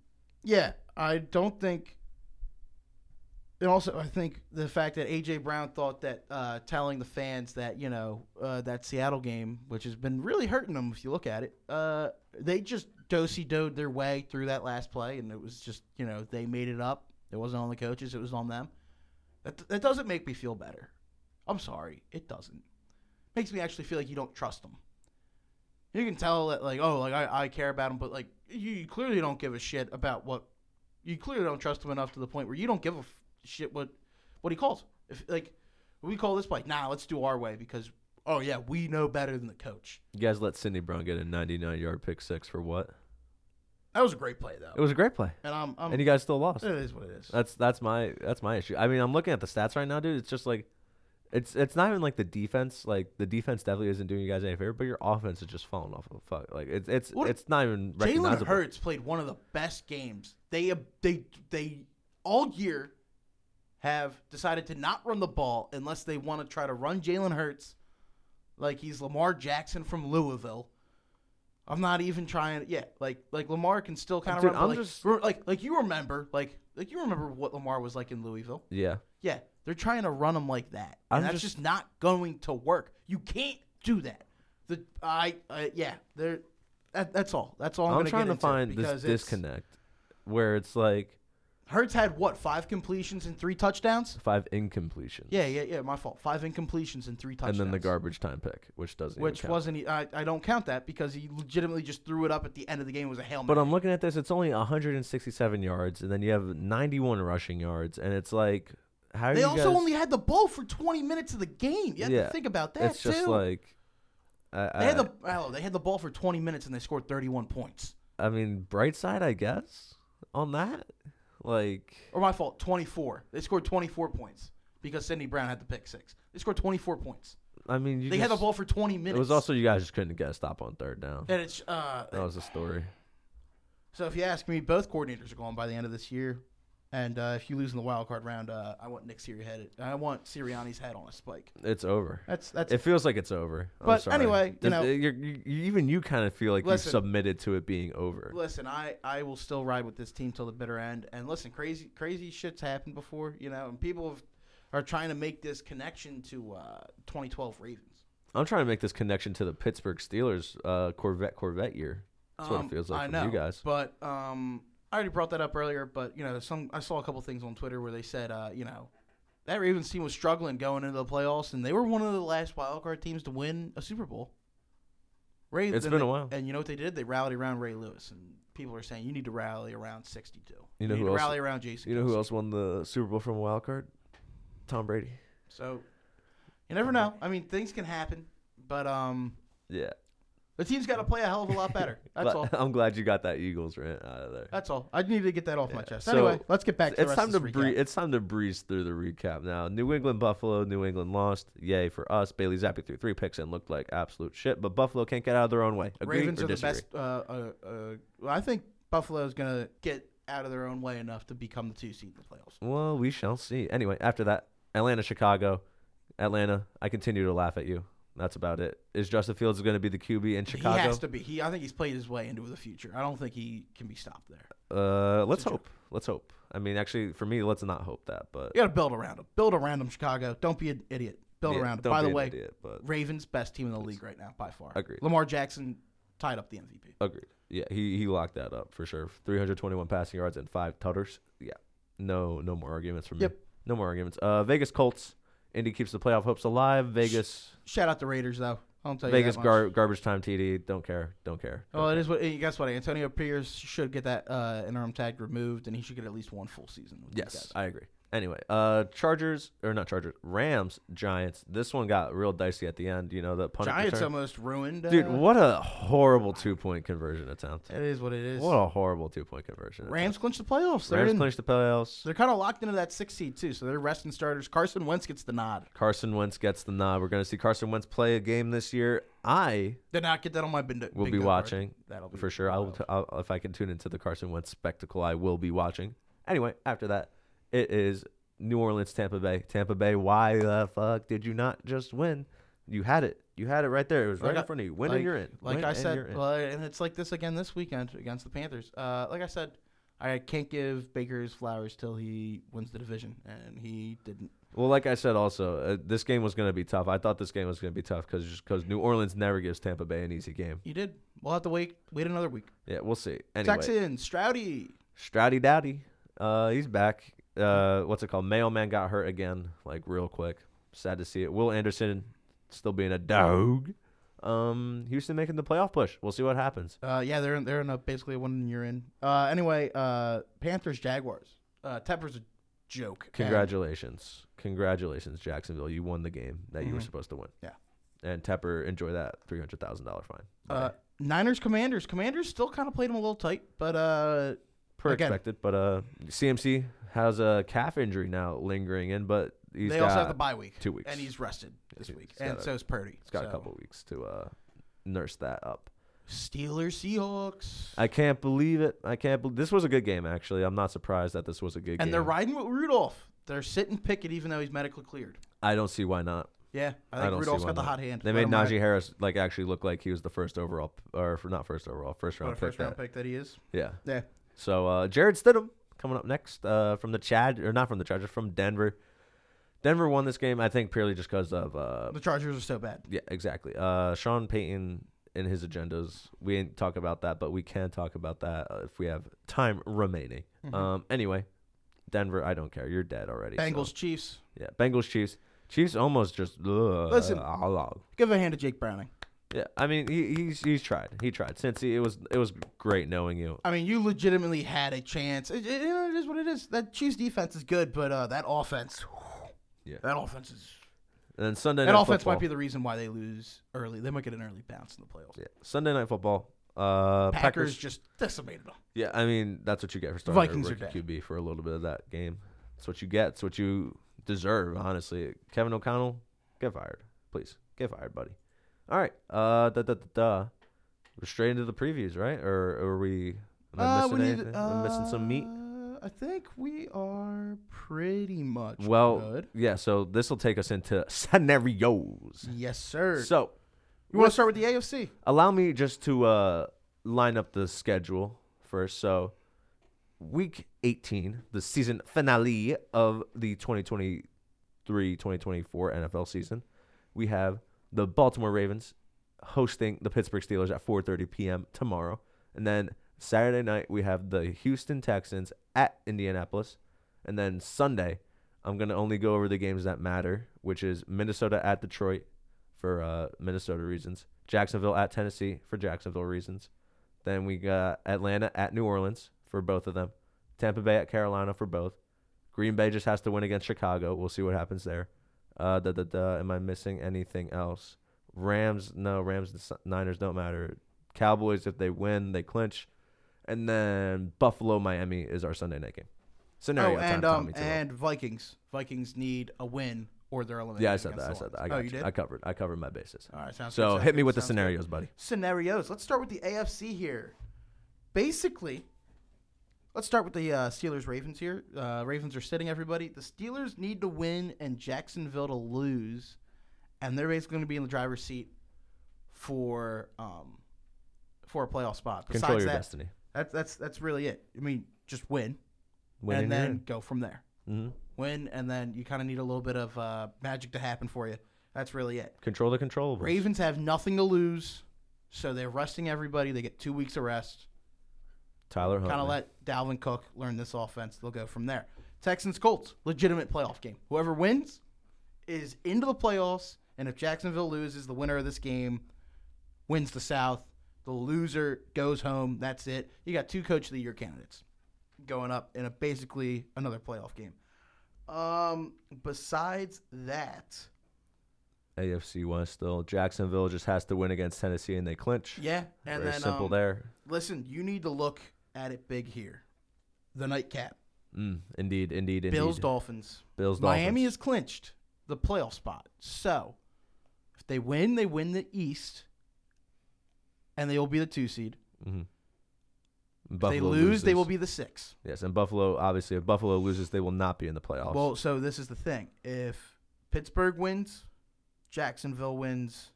Speaker 2: yeah, I don't think. And also, I think the fact that AJ Brown thought that uh, telling the fans that you know uh, that Seattle game, which has been really hurting them if you look at it, uh, they just dosy doed their way through that last play, and it was just you know they made it up. It wasn't on the coaches; it was on them. That that doesn't make me feel better. I'm sorry, it doesn't. Makes me actually feel like you don't trust them. You can tell that like oh like I, I care about him, but like you, you clearly don't give a shit about what you clearly don't trust him enough to the point where you don't give a f- shit what what he calls. If like we call this play, nah, let's do our way because oh yeah, we know better than the coach.
Speaker 1: You guys let Sidney Brown get a 99-yard pick six for what?
Speaker 2: That was a great play though,
Speaker 1: It was a great play,
Speaker 2: and I'm, I'm
Speaker 1: and you guys still lost.
Speaker 2: it is what it is.
Speaker 1: That's that's my that's my issue. I mean, I'm looking at the stats right now, dude. It's just like, it's it's not even like the defense. Like the defense definitely isn't doing you guys any favor, but your offense is just falling off of a fuck. Like it's it's
Speaker 2: What-
Speaker 1: it's not even
Speaker 2: Jalen
Speaker 1: recognizable.
Speaker 2: Hurts played one of the best games. They uh, they they all year have decided to not run the ball unless they want to try to run Jalen Hurts like he's Lamar Jackson from Louisville. I'm not even trying. Yeah, like like Lamar can still kind of
Speaker 1: Dude,
Speaker 2: run.
Speaker 1: I'm
Speaker 2: but, like,
Speaker 1: just-
Speaker 2: re- like like you remember like like you remember what Lamar was like in Louisville.
Speaker 1: Yeah,
Speaker 2: Yeah, they're trying to run him like that, and
Speaker 1: I'm
Speaker 2: that's
Speaker 1: just-
Speaker 2: just not going to work. You can't do that. The I uh, yeah, they're that, that's all. That's all I'm,
Speaker 1: I'm,
Speaker 2: gonna
Speaker 1: trying
Speaker 2: get
Speaker 1: to
Speaker 2: into
Speaker 1: find this
Speaker 2: because it's-
Speaker 1: disconnect where it's like
Speaker 2: Hertz had what five completions and three touchdowns.
Speaker 1: Five incompletions.
Speaker 2: Yeah, yeah, yeah. My fault. Five incompletions and three
Speaker 1: And
Speaker 2: touchdowns.
Speaker 1: then the garbage time pick, which doesn't. even
Speaker 2: which
Speaker 1: count.
Speaker 2: wasn't. e- I, I don't count that because he legitimately just threw it up at the end of the game. It was a hail.
Speaker 1: But
Speaker 2: mary.
Speaker 1: I'm looking at this. It's only 167 yards, and then you have 91 rushing yards, and it's like how are
Speaker 2: they
Speaker 1: you
Speaker 2: also
Speaker 1: guys-
Speaker 2: only had the ball for 20 minutes of the game. You have
Speaker 1: Yeah,
Speaker 2: to think about that
Speaker 1: it's
Speaker 2: too.
Speaker 1: just like I,
Speaker 2: they
Speaker 1: I,
Speaker 2: had the oh, they had the ball for 20 minutes and they scored 31 points.
Speaker 1: I mean, bright side, I guess, on that. Like,
Speaker 2: Or my fault, 24. They scored 24 points because Sidney Brown had the pick six. They scored 24 points.
Speaker 1: I mean, you
Speaker 2: they had the
Speaker 1: just-
Speaker 2: ball for 20 minutes.
Speaker 1: It was also you guys just couldn't get a stop on third down.
Speaker 2: and it's uh,
Speaker 1: That was the story.
Speaker 2: So if you ask me, both coordinators are gone by the end of this year. And uh, if you lose in the wild card round, uh, I want Nick Siri head. I want Sirianni's head on a spike.
Speaker 1: It's over.
Speaker 2: That's that's
Speaker 1: It feels like it's over. I'm
Speaker 2: But
Speaker 1: sorry.
Speaker 2: anyway, you
Speaker 1: Does-
Speaker 2: know-
Speaker 1: you're- you- you- even you kind of feel like
Speaker 2: Listen.
Speaker 1: you submitted to it being over.
Speaker 2: Listen, I, I will still ride with this team till the bitter end. And listen, crazy crazy shit's happened before, you know, and people have, are trying to make this connection to uh, 2012 Ravens.
Speaker 1: I'm trying to make this connection to the Pittsburgh Steelers uh, Corvette Corvette year. That's what
Speaker 2: Um,
Speaker 1: it feels like
Speaker 2: I
Speaker 1: for
Speaker 2: know,
Speaker 1: you guys.
Speaker 2: But um, I already brought that up earlier. But you know, some I saw a couple things on Twitter where they said, uh, you know, that Ravens team was struggling going into the playoffs, and they were one of the last wild card teams to win a Super Bowl. Ray,
Speaker 1: It's
Speaker 2: and
Speaker 1: been a
Speaker 2: they-
Speaker 1: while.
Speaker 2: and you know what they did? They rallied around Ray Lewis, and people are saying you need to rally around sixty-two.
Speaker 1: You know
Speaker 2: need
Speaker 1: who
Speaker 2: to
Speaker 1: else-
Speaker 2: Rally around Jason.
Speaker 1: You know who
Speaker 2: Kelce.
Speaker 1: else won the Super Bowl from a wild card? Tom Brady.
Speaker 2: So you never know. I mean, things can happen, but um,
Speaker 1: Yeah.
Speaker 2: the team's got to play a hell of a lot better. That's
Speaker 1: Gla-
Speaker 2: all.
Speaker 1: I'm glad you got that Eagles rant out of there.
Speaker 2: That's all. I needed to get that off my
Speaker 1: Yeah.
Speaker 2: chest.
Speaker 1: So,
Speaker 2: Anyway, let's get back to the
Speaker 1: it's
Speaker 2: rest
Speaker 1: time
Speaker 2: of
Speaker 1: to
Speaker 2: this
Speaker 1: bree-
Speaker 2: recap.
Speaker 1: it's time to breeze through the recap now. New England Buffalo, New England lost. Yay for us. Bailey Zappi threw three picks and looked like absolute shit, but Buffalo can't get out of their own way. Agree
Speaker 2: Ravens
Speaker 1: or
Speaker 2: are the
Speaker 1: disagree?
Speaker 2: best. Uh, uh, uh, well, I think Buffalo's gonna get out of their own way enough to become the two seed in the playoffs.
Speaker 1: Well, we shall see. Anyway, after that, Atlanta, Chicago, Atlanta. I continue to laugh at you. That's about it. Is Justin Fields going to be the QB in Chicago?
Speaker 2: He has to be. He, I think he's played his way into the future. I don't think he can be stopped there.
Speaker 1: Uh, let's
Speaker 2: a
Speaker 1: hope. Let's hope. I mean, actually, for me, let's not hope that. But
Speaker 2: You got to build around him. Build around him, Chicago. Don't be an idiot. Build
Speaker 1: Yeah,
Speaker 2: around him.
Speaker 1: don't
Speaker 2: By
Speaker 1: be
Speaker 2: the
Speaker 1: an
Speaker 2: way,
Speaker 1: idiot, but
Speaker 2: Ravens best team in the league right now by far.
Speaker 1: Agreed.
Speaker 2: Lamar Jackson tied up the MVP.
Speaker 1: agreed. Yeah, he he locked that up for sure. 321 passing yards and five tutters. Yeah, no no more arguments from me.
Speaker 2: Yep.
Speaker 1: No more arguments. Uh, Vegas Colts. Indy keeps the playoff hopes alive. Vegas
Speaker 2: Shout out the Raiders though. I'll tell you
Speaker 1: Vegas
Speaker 2: that much. Oh,
Speaker 1: gar- garbage time TD. Don't care. Don't care.
Speaker 2: Well, it is what. and Guess what? Antonio Pierce should get that uh, interim tag removed, and he should get at least one full season. With these
Speaker 1: Yes,
Speaker 2: guys.
Speaker 1: I agree. Anyway, uh Chargers or not Chargers, Rams, Giants. This one got real dicey at the end. You know the punt
Speaker 2: Giants
Speaker 1: return.
Speaker 2: almost ruined. Uh,
Speaker 1: Dude, what a horrible two point conversion attempt.
Speaker 2: It is what it is.
Speaker 1: What a horrible two point conversion. attempt.
Speaker 2: Rams clinched the playoffs. They're
Speaker 1: Rams
Speaker 2: in.
Speaker 1: clinched the playoffs.
Speaker 2: They're kind of locked into that sixth seed too, so they're resting starters. Carson Wentz gets the nod.
Speaker 1: Carson Wentz gets the nod. We're gonna see Carson Wentz play a game this year. I
Speaker 2: Did not get that on my bingo.
Speaker 1: will be
Speaker 2: bingo card.
Speaker 1: watching
Speaker 2: That'll be
Speaker 1: for sure. I'll, t- I'll if I can tune into the Carson Wentz spectacle, I will be watching. Anyway, after that, it is New Orleans, Tampa Bay, Tampa Bay. Why the fuck did you not just win? You had it. You had it right there. It was right
Speaker 2: Like I-
Speaker 1: in front of you. Win and
Speaker 2: like-
Speaker 1: you're in.
Speaker 2: Like
Speaker 1: Win
Speaker 2: I
Speaker 1: and you're
Speaker 2: said,
Speaker 1: in.
Speaker 2: well, and it's like this again this weekend against the Panthers. Uh, like I said, I can't give Baker's flowers till he wins the division, and he didn't.
Speaker 1: well, like I said, also uh, this game was going to be tough. I thought this game was going to be tough because New Orleans never gives Tampa Bay an easy game.
Speaker 2: He did. We'll have to wait. Wait another week.
Speaker 1: Yeah, we'll see. Anyway,
Speaker 2: Texans, Stroudy.
Speaker 1: Stroudy Dowdy, uh, he's back. Uh, what's it called? Mailman got hurt again, like real quick. Sad to see it. Will Anderson still being a dog. Um, Houston making the playoff push. We'll see what happens.
Speaker 2: Uh, yeah, they're in, they're in a basically one year in. Uh, anyway, uh, Panthers, Jaguars. Uh, Tepper's a joke. And-
Speaker 1: Congratulations, congratulations, Jacksonville. You won the game that you were supposed to win.
Speaker 2: Mm-hmm. Yeah.
Speaker 1: And Tepper enjoy that three hundred thousand dollar fine.
Speaker 2: Uh, Niners Commanders. Commanders still kind of played them a little tight, but uh,
Speaker 1: per
Speaker 2: again,
Speaker 1: expected, but uh, CMC has a calf injury now lingering in, but he's
Speaker 2: they
Speaker 1: got,
Speaker 2: also have the bye week.
Speaker 1: two weeks.
Speaker 2: and he's rested this
Speaker 1: he's
Speaker 2: week,
Speaker 1: got
Speaker 2: and
Speaker 1: a-
Speaker 2: so is Purdy.
Speaker 1: he's got a
Speaker 2: So,
Speaker 1: couple weeks to uh, nurse that up.
Speaker 2: Steelers Seahawks,
Speaker 1: I can't believe it. I can't believe this was a good game. Actually, I'm not surprised that this was a good game.
Speaker 2: and they're riding with Rudolph. They're sitting Pickett even though he's medically cleared.
Speaker 1: I don't see why not.
Speaker 2: Yeah,
Speaker 1: I,
Speaker 2: I think
Speaker 1: don't
Speaker 2: Rudolph's
Speaker 1: see why
Speaker 2: got the
Speaker 1: not.
Speaker 2: hot hand.
Speaker 1: They
Speaker 2: Let
Speaker 1: made
Speaker 2: him ride.
Speaker 1: Najee Harris like actually look like he was the first overall, p- or for not first overall, first
Speaker 2: What
Speaker 1: round
Speaker 2: a
Speaker 1: pick.
Speaker 2: first round
Speaker 1: that-
Speaker 2: pick that he is.
Speaker 1: Yeah.
Speaker 2: Yeah,
Speaker 1: So uh, Jared Stidham coming up next uh, from the Chad, or not from the Chargers, from Denver. Denver won this game, I think, purely just because of uh,
Speaker 2: the Chargers are so bad.
Speaker 1: Yeah, exactly. Uh, Sean Payton and his agendas. We
Speaker 2: Mm-hmm.
Speaker 1: didn't talk about that, but we can talk about that uh, if we have time remaining. Um, anyway, Denver, I don't care. You're dead already. so-
Speaker 2: Bengals, Chiefs.
Speaker 1: Yeah, Bengals, Chiefs. Chiefs almost just ugh,
Speaker 2: Listen.
Speaker 1: ah, ah.
Speaker 2: Give a hand to Jake Browning.
Speaker 1: Yeah, I mean he, he's he's tried. He tried. Since he, it was it was great knowing you.
Speaker 2: I mean, you legitimately had a chance. It, it- you know, it is what it is. That Chiefs defense is good, but uh, that offense,
Speaker 1: Yeah.
Speaker 2: that offense is
Speaker 1: And then Sunday
Speaker 2: that
Speaker 1: night
Speaker 2: offense
Speaker 1: football.
Speaker 2: might be the reason why they lose early. They might get an early bounce in the playoffs.
Speaker 1: yeah. Sunday night football. Uh,
Speaker 2: Packers,
Speaker 1: Packers.
Speaker 2: just decimated them.
Speaker 1: Yeah, I mean that's what you get for starting
Speaker 2: Vikings
Speaker 1: a
Speaker 2: are
Speaker 1: rookie
Speaker 2: dead.
Speaker 1: QB for a little bit of that game. It's what you get. It's what you deserve. Honestly, Kevin O'Connell, get fired, please. Get fired, buddy. All right. Uh, da da da da. We're straight into the previews, right? Or, or are we? Am I
Speaker 2: Uh,
Speaker 1: missing anything? Am I missing some meat.
Speaker 2: uh, I think we are pretty much
Speaker 1: Well,
Speaker 2: good.
Speaker 1: yeah. So this will take us into scenarios.
Speaker 2: Yes, sir.
Speaker 1: So
Speaker 2: you want to start with the AFC?
Speaker 1: allow me just to uh, line up the schedule first. So, week 18, the season finale of the 2023 2024 NFL season, we have the Baltimore Ravens hosting the Pittsburgh Steelers at 4:30 p.m. tomorrow. And then Saturday night we have the Houston Texans at Indianapolis. And then Sunday, I'm going to only go over the games that matter, which is Minnesota at Detroit for uh, Minnesota reasons, Jacksonville at Tennessee for Jacksonville reasons. Then we got Atlanta at New Orleans for both of them, Tampa Bay at Carolina for both. Green Bay just has to win against Chicago. We'll see what happens there. Uh, da, da, da. Am I missing anything else? Rams, no. Rams and S- Niners don't matter. Cowboys, if they win, they clinch. And then Buffalo, Miami is our Sunday night game. Scenario
Speaker 2: oh,
Speaker 1: time,
Speaker 2: and um,
Speaker 1: Tommy. Tebow.
Speaker 2: and Vikings. Vikings need a win or they're eliminated.
Speaker 1: yeah, I said
Speaker 2: against
Speaker 1: that. I
Speaker 2: the
Speaker 1: said
Speaker 2: Lions.
Speaker 1: that. I got
Speaker 2: oh,
Speaker 1: you.
Speaker 2: you did.
Speaker 1: I covered. I covered my bases.
Speaker 2: All right, sounds good,
Speaker 1: So
Speaker 2: sounds
Speaker 1: hit me
Speaker 2: good,
Speaker 1: with the
Speaker 2: sounds good.
Speaker 1: scenarios, buddy.
Speaker 2: scenarios. Let's start with the AFC here. Basically, let's start with the uh, Steelers Ravens here. Uh, Ravens are sitting everybody. The Steelers need to win and Jacksonville to lose, and they're basically going to be in the driver's seat for um, for a playoff spot. Besides
Speaker 1: Control your
Speaker 2: that,
Speaker 1: destiny.
Speaker 2: That's that's that's really it. I mean, just win
Speaker 1: Winning
Speaker 2: and
Speaker 1: your
Speaker 2: then
Speaker 1: game.
Speaker 2: go from there.
Speaker 1: Mhm.
Speaker 2: Win and then you kind of need a little bit of uh, magic to happen for you. That's really it.
Speaker 1: Control the controllables.
Speaker 2: Ravens have nothing to lose, so they're resting everybody. They get two weeks of rest.
Speaker 1: Tyler Huntley.
Speaker 2: Kind of let Dalvin Cook learn this offense. They'll go from there. Texans Colts, legitimate playoff game. Whoever wins is into the playoffs, and if Jacksonville loses, the winner of this game wins the South. The loser goes home. That's it. You got two coach of the year candidates going up in a basically another playoff game. Um, besides that,
Speaker 1: AFC West still. Jacksonville just has to win against Tennessee and they clinch.
Speaker 2: yeah, and
Speaker 1: Very
Speaker 2: then
Speaker 1: simple
Speaker 2: um,
Speaker 1: there.
Speaker 2: listen, you need to look at it big here. The nightcap.
Speaker 1: Mm, indeed, indeed, indeed.
Speaker 2: Bills Dolphins.
Speaker 1: Bills,
Speaker 2: Miami
Speaker 1: Dolphins.
Speaker 2: is clinched the playoff spot. So if they win, they win the East. And they will be the two seed. If they
Speaker 1: Mm-hmm. Buffalo
Speaker 2: lose, they
Speaker 1: loses.
Speaker 2: will be the six.
Speaker 1: Yes, and Buffalo, obviously, if Buffalo loses, they will not be in the playoffs.
Speaker 2: Well, so this is the thing. If Pittsburgh wins, Jacksonville wins,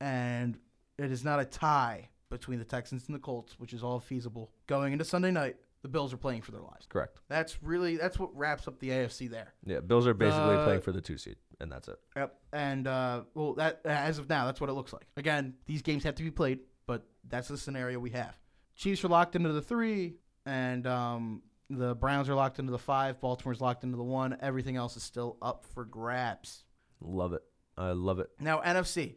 Speaker 2: and it is not a tie between the Texans and the Colts, which is all feasible. Going into Sunday night, the Bills are playing for their lives.
Speaker 1: Correct.
Speaker 2: That's really that's what wraps up the AFC there.
Speaker 1: Yeah, Bills are basically
Speaker 2: Uh,
Speaker 1: playing for the two seed, and that's it.
Speaker 2: Yep. And uh, well, that as of now, that's what it looks like. Again, these games have to be played, but that's the scenario we have. Chiefs are locked into the three, and um, the Browns are locked into the five. Baltimore's locked into the one. Everything else is still up for grabs.
Speaker 1: Love it. I love it.
Speaker 2: Now NFC,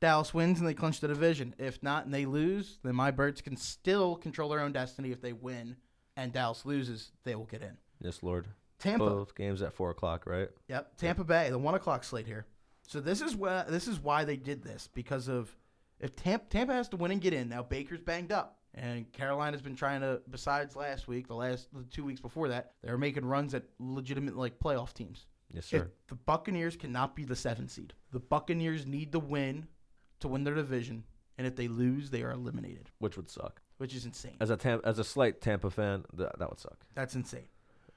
Speaker 2: Dallas wins and they clinch the division. If not, and they lose, then my birds can still control their own destiny. If they win, and Dallas loses, they will get in.
Speaker 1: Yes, Lord.
Speaker 2: Tampa.
Speaker 1: Both games at four o'clock, right?
Speaker 2: Yep, Tampa Bay, the one o'clock slate here. So this is where this is why they did this because of if Tampa Tampa has to win and get in. Now Baker's banged up, and Carolina's been trying to. Besides last week, the last the two weeks before that, they were making runs at legitimate like playoff teams.
Speaker 1: Yes, sir.
Speaker 2: If the Buccaneers cannot be the seven seed. The Buccaneers need to win to win their division, and if they lose, they are eliminated,
Speaker 1: Which would suck.
Speaker 2: which is insane.
Speaker 1: As a Tam- as a slight Tampa fan, th- that would suck.
Speaker 2: That's insane.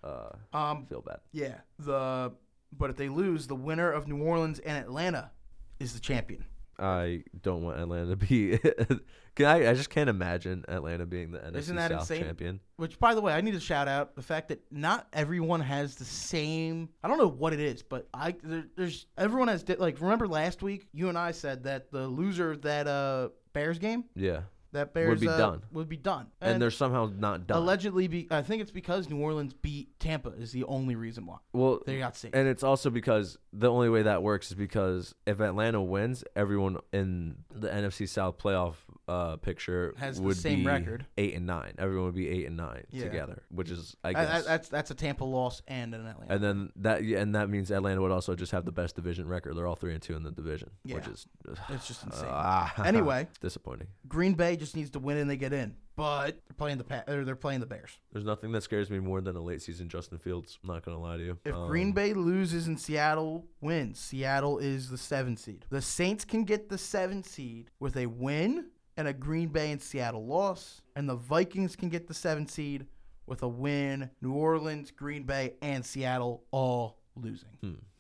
Speaker 1: Uh,
Speaker 2: Um,
Speaker 1: feel bad.
Speaker 2: Yeah. The but if they lose, the winner of New Orleans and Atlanta is the champion.
Speaker 1: I don't want Atlanta to be. can I? I just can't imagine Atlanta being the NFC
Speaker 2: Isn't that
Speaker 1: South
Speaker 2: insane?
Speaker 1: champion.
Speaker 2: Which, by the way, I need to shout out the fact that not everyone has the same. I don't know what it is, but I there, there's everyone has di- like. Remember last week, you and I said that the loser of that uh Bears game
Speaker 1: Yeah,
Speaker 2: that Bears
Speaker 1: be
Speaker 2: uh,
Speaker 1: done.
Speaker 2: Would be done.
Speaker 1: and, they're somehow not done.
Speaker 2: allegedly, be, I think it's because New Orleans beat Tampa is the only reason why.
Speaker 1: well,
Speaker 2: They got saved.
Speaker 1: and it's also because the only way that works is because if Atlanta wins, everyone in the NFC South playoff uh, picture
Speaker 2: Has the
Speaker 1: would
Speaker 2: same
Speaker 1: be
Speaker 2: record.
Speaker 1: eight and nine. Everyone would be eight and nine
Speaker 2: Yeah.
Speaker 1: together, which is I
Speaker 2: That-
Speaker 1: guess.
Speaker 2: that- that's that's a Tampa loss and an Atlanta.
Speaker 1: and then that yeah, and that means Atlanta would also just have the best division record. They're all three and two in the division, which
Speaker 2: Yeah.
Speaker 1: is
Speaker 2: it's just insane.
Speaker 1: ah,
Speaker 2: Anyway.
Speaker 1: disappointing.
Speaker 2: Green Bay just needs to win and they get in, but they're playing the pa- or they're playing the Bears.
Speaker 1: There's nothing that scares me more than a late season Justin Fields. I'm not gonna lie to you.
Speaker 2: If
Speaker 1: Um,
Speaker 2: Green Bay loses and Seattle wins, Seattle is the seven seed. The Saints can get the seven seed with a win and a Green Bay and Seattle loss, and the Vikings can get the seven seed with a win. New Orleans, Green Bay, and Seattle all losing.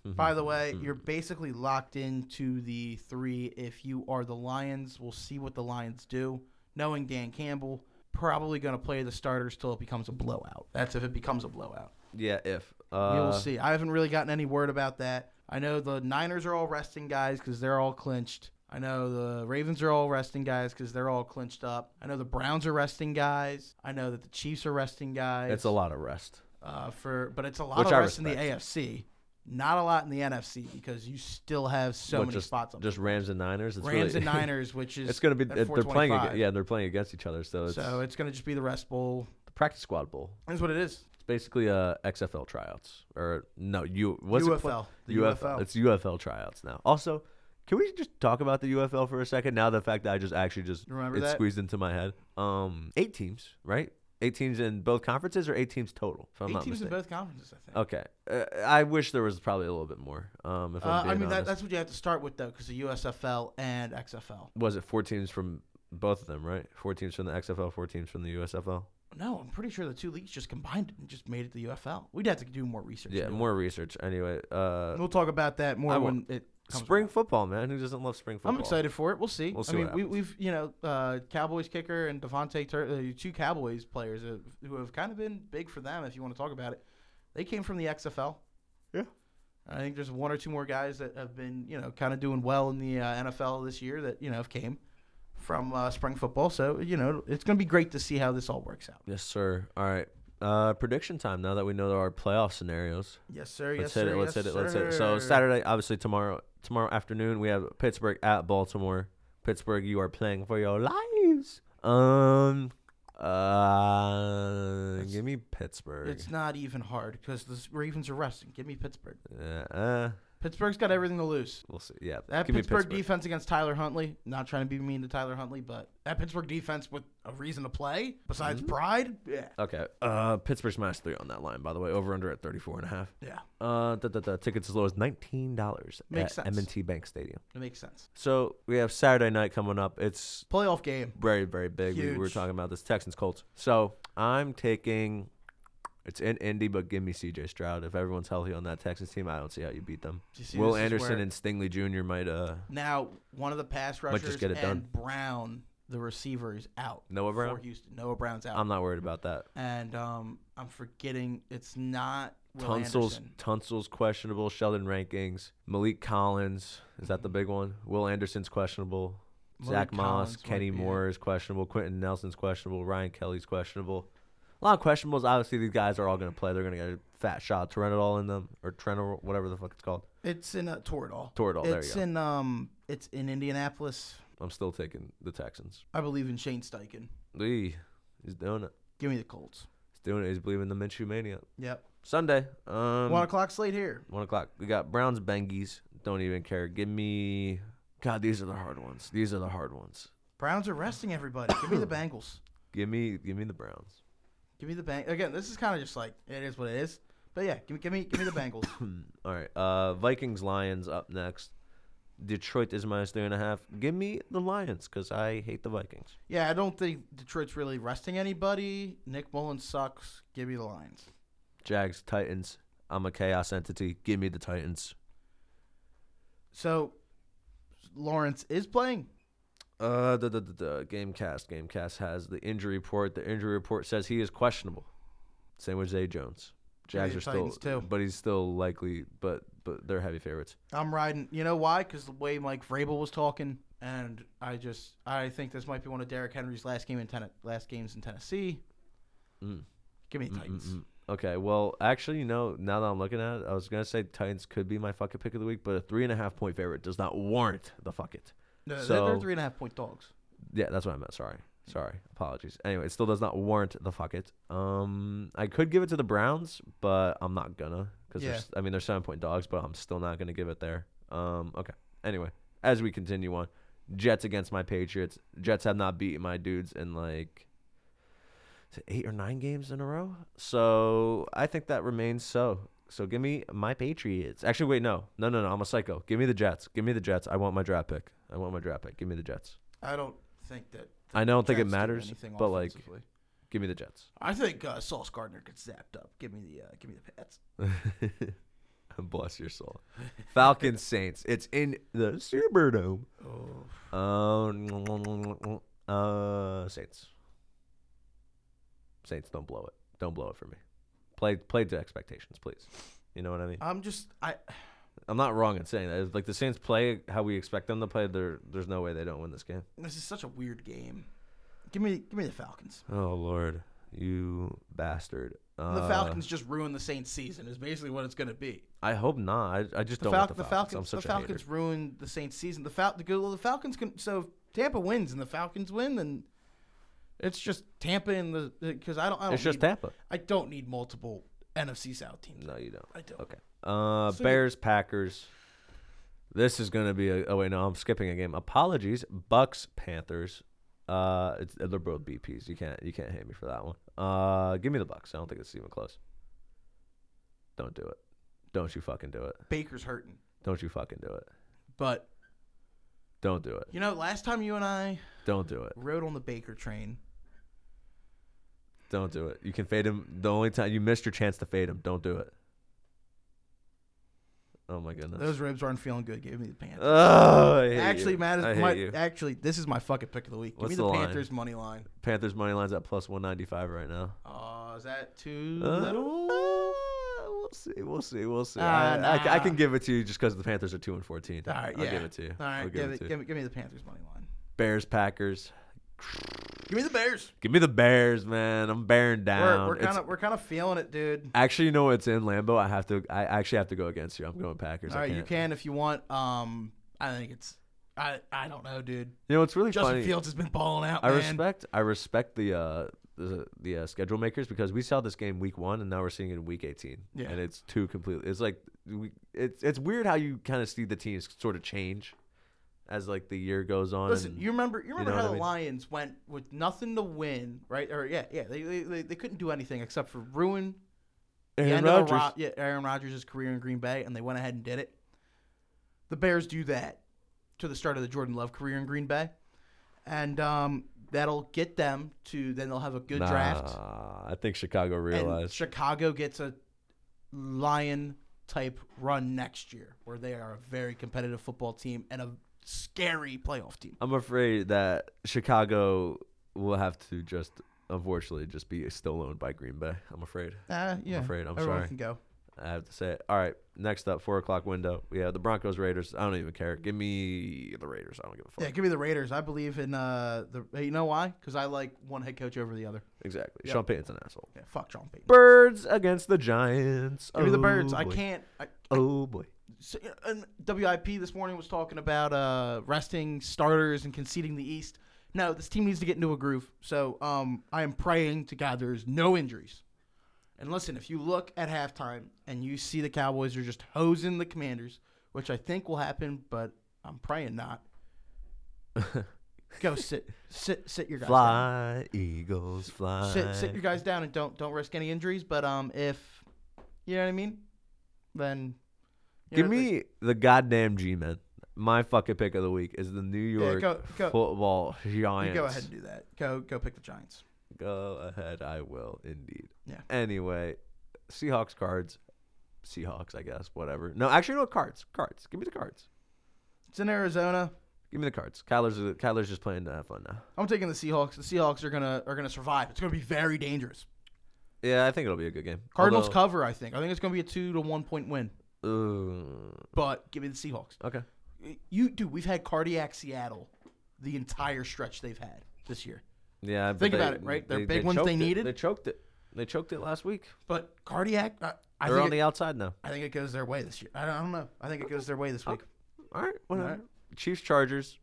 Speaker 2: By the way, you're basically locked into the three if you are the Lions. We'll see what the Lions do. Knowing Dan Campbell, probably going to play the starters till it becomes a blowout. That's if it becomes a blowout.
Speaker 1: yeah, if
Speaker 2: We
Speaker 1: uh,
Speaker 2: will see. I haven't really gotten any word about that. I know the Niners are all resting guys because they're all clinched. I know the Ravens are all resting guys because they're all clinched up. I know the Browns are resting guys. I know that the Chiefs are resting guys.
Speaker 1: it's a lot of rest.
Speaker 2: uh, for, but it's a lot
Speaker 1: Which
Speaker 2: of
Speaker 1: I
Speaker 2: rest in the AFC. Not a lot in the NFC because you still have so
Speaker 1: What,
Speaker 2: many
Speaker 1: just,
Speaker 2: spots. Up.
Speaker 1: Just Rams and Niners. It's
Speaker 2: Rams
Speaker 1: really,
Speaker 2: and Niners, which is
Speaker 1: It's gonna be
Speaker 2: at
Speaker 1: they're playing. Against,
Speaker 2: 425.
Speaker 1: yeah, they're playing against each other, so it's
Speaker 2: So it's gonna just be the rest bowl.
Speaker 1: the practice squad bowl.
Speaker 2: That's what it is.
Speaker 1: It's basically uh, XFL tryouts or no, you what's it called?
Speaker 2: UFL. The UFL.
Speaker 1: It's UFL tryouts now. Also, can we just talk about the UFL for a second? Now the fact that I just actually just
Speaker 2: Remember
Speaker 1: it
Speaker 2: that?
Speaker 1: squeezed into my head. Um, eight teams, right? Eight teams in both conferences or eight teams total? If I'm
Speaker 2: Eight
Speaker 1: not
Speaker 2: teams in
Speaker 1: mistaken.
Speaker 2: both conferences, I think.
Speaker 1: Okay, uh, I wish there was probably a little bit more. Um, if
Speaker 2: Uh,
Speaker 1: I'm
Speaker 2: I
Speaker 1: being
Speaker 2: mean, that,
Speaker 1: honest.
Speaker 2: that's what you have to start with though, because the USFL and XFL.
Speaker 1: was it four teams from both of them, right? Four teams from the XFL, four teams from the USFL.
Speaker 2: No, I'm pretty sure the two leagues just combined it and just made it the UFL. We'd have to do more research.
Speaker 1: Yeah,
Speaker 2: into it.
Speaker 1: more research. Anyway, uh,
Speaker 2: we'll talk about that more
Speaker 1: I
Speaker 2: when it comes
Speaker 1: spring
Speaker 2: around.
Speaker 1: football, man. Who doesn't love spring football?
Speaker 2: I'm excited for it. We'll see.
Speaker 1: We'll see
Speaker 2: I mean,
Speaker 1: what
Speaker 2: we,
Speaker 1: happens.
Speaker 2: we've you know uh, Cowboys kicker and Devontae Tur- uh, two Cowboys players uh, who have kind of been big for them. If you want to talk about it, they came from the XFL.
Speaker 1: Yeah.
Speaker 2: I think there's one or two more guys that have been you know kind of doing well in the uh, NFL this year that you know have came from uh, spring football. So you know it's going to be great to see how this all works out.
Speaker 1: Yes, sir. All right. Uh, prediction time. Now that we know our playoff scenarios,
Speaker 2: Yes, sir.
Speaker 1: let's
Speaker 2: yes,
Speaker 1: hit
Speaker 2: sir.
Speaker 1: it. Let's
Speaker 2: yes,
Speaker 1: hit it. Let's hit it.
Speaker 2: sir.
Speaker 1: So Saturday, obviously tomorrow, tomorrow afternoon, we have Pittsburgh at Baltimore. Pittsburgh, you are playing for your lives. Um, uh, give me Pittsburgh.
Speaker 2: It's not even hard because the Ravens are resting. Give me Pittsburgh.
Speaker 1: Uh, uh,
Speaker 2: Pittsburgh's got everything to lose.
Speaker 1: we'll see. Yeah,
Speaker 2: That
Speaker 1: give me
Speaker 2: Uh, Pittsburgh, defense against Tyler Huntley. Not trying to be mean to Tyler Huntley, but that Pittsburgh defense with a reason to play besides
Speaker 1: Mm-hmm.
Speaker 2: pride. Yeah.
Speaker 1: Okay. Uh, Pittsburgh smash three on that line, by the way. Over under at 34 and a half.
Speaker 2: Yeah.
Speaker 1: Uh, the, tickets as low as $19
Speaker 2: Makes
Speaker 1: at
Speaker 2: sense.
Speaker 1: M&T Bank Stadium.
Speaker 2: It makes sense.
Speaker 1: So we have Saturday night coming up. It's
Speaker 2: Playoff game.
Speaker 1: very, very big. We, we were
Speaker 2: Huge.
Speaker 1: talking about this Texans Colts. So I'm taking. It's in Indy, but give me C.J. Stroud. If everyone's healthy on that Texans team, I don't see how you beat them.
Speaker 2: You see,
Speaker 1: Will
Speaker 2: this is
Speaker 1: Anderson
Speaker 2: where-
Speaker 1: and Stingley Jr. might uh
Speaker 2: Now, one of the pass
Speaker 1: just
Speaker 2: rushers
Speaker 1: get it
Speaker 2: and
Speaker 1: done.
Speaker 2: Brown, the receiver, is out.
Speaker 1: Noah Brown?
Speaker 2: For Houston. Noah Brown's out.
Speaker 1: I'm not worried about that.
Speaker 2: and um, I'm forgetting it's not Will
Speaker 1: Tunsil's
Speaker 2: Anderson.
Speaker 1: Tunsil's questionable. Sheldon Rankings, Malik Collins is that the big one? Will Anderson's questionable.
Speaker 2: Malik
Speaker 1: Zach Moss,
Speaker 2: Collins might
Speaker 1: Kenny
Speaker 2: be it.
Speaker 1: Moore is questionable. Quentin Nelson's questionable. Ryan Kelly's questionable. A lot of questionables. Obviously, these guys are all going to play. They're going to get a fat shot. Terenadol in them or Terenadol, whatever the fuck it's called.
Speaker 2: It's in uh, Toradol.
Speaker 1: Toradol, there you
Speaker 2: It's
Speaker 1: go.
Speaker 2: in um, it's in Indianapolis.
Speaker 1: I'm still taking the Texans.
Speaker 2: I believe in Shane Steichen.
Speaker 1: Lee, he's doing it.
Speaker 2: Give me the Colts.
Speaker 1: He's doing it. He's believing the Minshew mania.
Speaker 2: Yep.
Speaker 1: Sunday, um,
Speaker 2: One o'clock slate here.
Speaker 1: One o'clock. We got Browns Bengies. Don't even care. Give me. God, these are the hard ones. These are the hard ones.
Speaker 2: Browns are resting everybody. Give me the Bengals.
Speaker 1: Give me, give me the Browns.
Speaker 2: Give me the bang. Again, this is kind of just like it is what it is. But yeah, give me, give me, give me the Bengals.
Speaker 1: All right, uh, Vikings Lions up next. Detroit is minus three and a half. Give me the Lions because I hate the Vikings.
Speaker 2: yeah, I don't think Detroit's really resting anybody. Nick Mullins sucks. Give me the Lions.
Speaker 1: Jags Titans. I'm a chaos entity. Give me the Titans.
Speaker 2: So Lawrence is playing.
Speaker 1: Uh, the the Gamecast. Gamecast has the injury report. The injury report says he is questionable. Same with Zay Jones.
Speaker 2: Give me
Speaker 1: Jags
Speaker 2: the
Speaker 1: are still,
Speaker 2: Titans, too.
Speaker 1: but he's still likely, but but they're heavy favorites.
Speaker 2: I'm riding. You know why? Because the way Mike Vrabel was talking And I just I think this might be one of Derrick Henry's last game in ten- last games in Tennessee.
Speaker 1: Mm.
Speaker 2: Give me the Titans.
Speaker 1: Okay, well, actually, you know, now that I'm looking at it, I was gonna say Titans could be my fucking pick of the week, but a three and a half point favorite does not warrant the fuck it.
Speaker 2: No, they're- they're
Speaker 1: So-
Speaker 2: three and a half point dogs.
Speaker 1: Yeah, that's what I meant. Sorry, sorry, apologies. Anyway, it still does not warrant the fuck it. Um, I could give it to the Browns, but I'm not gonna because
Speaker 2: Yeah.
Speaker 1: I mean they're seven point dogs, but I'm still not gonna give it there. Um, okay. Anyway, as we continue on, Jets against my Patriots. Jets have not beaten my dudes in like is it eight or nine games in a row, so I think that remains so. So give me my Patriots. Actually, wait, no, no, no, no. I'm a psycho. Give me the Jets. Give me the Jets. I want my draft pick. I want my draft pick. Give me the Jets.
Speaker 2: I don't think that.
Speaker 1: I don't think it
Speaker 2: Jets do
Speaker 1: matters,
Speaker 2: anything
Speaker 1: but, like-
Speaker 2: offensively.
Speaker 1: Give me the Jets.
Speaker 2: I think uh, Sauce Gardner gets zapped up. Give me the uh, give me the Pats.
Speaker 1: Bless your soul. Falcons Saints. It's in the Superdome.
Speaker 2: Oh,
Speaker 1: Um, uh, Saints. Saints, don't blow it. Don't blow it for me. Play play to expectations, please. You know what I mean?
Speaker 2: I'm just I
Speaker 1: I'm not wrong in saying that. It's like the Saints play how we expect them to play. There, there's no way they don't win this game.
Speaker 2: this is such a weird game. Give me give me the Falcons.
Speaker 1: Oh Lord, you bastard. Uh,
Speaker 2: The Falcons just ruined the Saints season is basically what it's going to be.
Speaker 1: I hope not. I, I just
Speaker 2: The,
Speaker 1: don't
Speaker 2: Fal-
Speaker 1: want
Speaker 2: the
Speaker 1: the Falcons.
Speaker 2: Falcons
Speaker 1: I'm such
Speaker 2: the
Speaker 1: a hater.
Speaker 2: Falcons ruined the Saints season. The Fal- the, good- well, the Falcons can so if Tampa wins and the Falcons win then it's just Tampa and the because I don't I don't
Speaker 1: It's just
Speaker 2: need-
Speaker 1: Tampa.
Speaker 2: I don't need multiple NFC South teams.
Speaker 1: No, you don't.
Speaker 2: I don't.
Speaker 1: Okay. Uh,
Speaker 2: So-
Speaker 1: Bears, Packers. This is going to be a. Oh, wait, no, I'm skipping a game. Apologies. Bucks, Panthers. Uh, it's, they're both BPs. You can't you can't hate me for that one. Uh, give me the Bucks. I don't think it's even close. Don't do it. Don't you fucking do it.
Speaker 2: Baker's hurting.
Speaker 1: Don't you fucking do it.
Speaker 2: But
Speaker 1: Don't do it.
Speaker 2: you know last time you and I
Speaker 1: Don't do it.
Speaker 2: rode on the Baker train
Speaker 1: Don't do it. You can fade him. The only time you missed your chance to fade him. Don't do it. Oh my goodness.
Speaker 2: those ribs aren't feeling good. Give me the Panthers.
Speaker 1: oh, I hate
Speaker 2: actually,
Speaker 1: you.
Speaker 2: Matt
Speaker 1: I
Speaker 2: is
Speaker 1: hate
Speaker 2: my,
Speaker 1: you.
Speaker 2: actually this is my fucking pick of the week. Give
Speaker 1: What's
Speaker 2: me the,
Speaker 1: the line?
Speaker 2: Panthers money line.
Speaker 1: Panthers money line's at plus 195 right now.
Speaker 2: Oh, is that too
Speaker 1: Uh,
Speaker 2: little?
Speaker 1: we'll see. We'll see. We'll see.
Speaker 2: Uh,
Speaker 1: I, I, I can
Speaker 2: nah.
Speaker 1: give it to you just because the Panthers are two and fourteen.
Speaker 2: All right,
Speaker 1: I'll
Speaker 2: yeah.
Speaker 1: give it to you.
Speaker 2: All right,
Speaker 1: I'll
Speaker 2: give,
Speaker 1: give, it, to you.
Speaker 2: give, me- give me the Panthers money line.
Speaker 1: Bears, Packers.
Speaker 2: Give me the Bears.
Speaker 1: Give me the Bears, man. I'm bearing down.
Speaker 2: We're, we're
Speaker 1: Um, It's-
Speaker 2: kind of we're kind of feeling it, dude.
Speaker 1: actually, you know it's in Lambeau. I have to. I actually have to go against you. I'm going Packers.
Speaker 2: All
Speaker 1: I
Speaker 2: right,
Speaker 1: can't.
Speaker 2: you can if you want. Um, I think it's I I don't know, dude.
Speaker 1: You know it's really
Speaker 2: Justin
Speaker 1: funny.
Speaker 2: Fields has been balling out,
Speaker 1: I
Speaker 2: man.
Speaker 1: respect. I respect the uh, the, the uh, schedule makers because we saw this game week one and now we're seeing it in week eighteen.
Speaker 2: Yeah.
Speaker 1: And it's two completely. It's like we, it's it's weird how you kind of see the teams sort of change as like the year goes on.
Speaker 2: Listen,
Speaker 1: and-
Speaker 2: you remember you remember
Speaker 1: know what
Speaker 2: how
Speaker 1: I
Speaker 2: the
Speaker 1: mean?
Speaker 2: Lions went with nothing to win, right? Or yeah, yeah, they they, they, they couldn't do anything except for ruin the end of the Ro- yeah, Aaron Rodgers' career in Green Bay, and they went ahead and did it. The Bears do that to the start of the Jordan Love career in Green Bay, and um, that'll get them to. Then they'll have a good draft,
Speaker 1: Nah, I think Chicago
Speaker 2: and
Speaker 1: realized.
Speaker 2: Chicago gets a lion type run next year, where they are a very competitive football team and a scary playoff team.
Speaker 1: I'm afraid that Chicago will have to just, unfortunately, just be still owned by Green Bay. I'm afraid.
Speaker 2: Uh, yeah,
Speaker 1: afraid. I'm
Speaker 2: everyone
Speaker 1: sorry.
Speaker 2: can go.
Speaker 1: I have to say it. All right, next up, four o'clock window. We have the Broncos Raiders. I don't even care. Give me the Raiders. I don't give a fuck.
Speaker 2: Yeah, give me the Raiders. I believe in uh, the. hey, You know why? Because I like one head coach over the other.
Speaker 1: Exactly.
Speaker 2: Yep.
Speaker 1: Sean Payton's an asshole.
Speaker 2: Yeah, fuck John Payton.
Speaker 1: Birds against the Giants.
Speaker 2: Give me the
Speaker 1: Oh,
Speaker 2: birds. I
Speaker 1: boy.
Speaker 2: can't. I,
Speaker 1: Oh boy.
Speaker 2: so, and WIP this morning was talking about uh, resting starters and conceding the East. No, this team needs to get into a groove. So um, I am praying to God there's no injuries. And listen, if you look at halftime and you see the Cowboys are just hosing the Commanders, which I think will happen, but I'm praying not. Go sit, sit, sit your guys. down.
Speaker 1: Fly Eagles, fly.
Speaker 2: Sit, sit your guys down and don't don't risk any injuries. But um, if you know what I mean, then you
Speaker 1: Give
Speaker 2: know, like-
Speaker 1: me the goddamn G man. My fucking pick of the week is the New York
Speaker 2: go- go.
Speaker 1: football
Speaker 2: You
Speaker 1: Giants.
Speaker 2: go ahead and do that. Go go pick the Giants.
Speaker 1: Go ahead, I will indeed.
Speaker 2: Yeah.
Speaker 1: Anyway, Seahawks cards. Seahawks, I guess. Whatever. No, actually, no cards. Cards. Give me the cards.
Speaker 2: It's in Arizona.
Speaker 1: Give me the cards. Kyler's Kyler's just playing to have fun now.
Speaker 2: I'm taking the Seahawks. The Seahawks are gonna are gonna survive. It's gonna be very dangerous.
Speaker 1: Yeah, I think it'll be a good game.
Speaker 2: Cardinals
Speaker 1: Although-
Speaker 2: cover. I think. I think it's gonna be a two to one point win.
Speaker 1: Ooh,
Speaker 2: But give me the Seahawks.
Speaker 1: okay.
Speaker 2: You dude, we've had cardiac Seattle the entire stretch they've had this year.
Speaker 1: Yeah, but
Speaker 2: Think
Speaker 1: they-
Speaker 2: about it, right? Their
Speaker 1: they-
Speaker 2: big ones they
Speaker 1: choked it.
Speaker 2: needed.
Speaker 1: They choked it. They choked it last week.
Speaker 2: But cardiac, I, I
Speaker 1: They're
Speaker 2: think
Speaker 1: on
Speaker 2: it,
Speaker 1: the outside now.
Speaker 2: I think it goes their way this year. I don't, I don't know. I think it goes their way this week.
Speaker 1: All right, whatever.
Speaker 2: All right.
Speaker 1: Chiefs Chargers.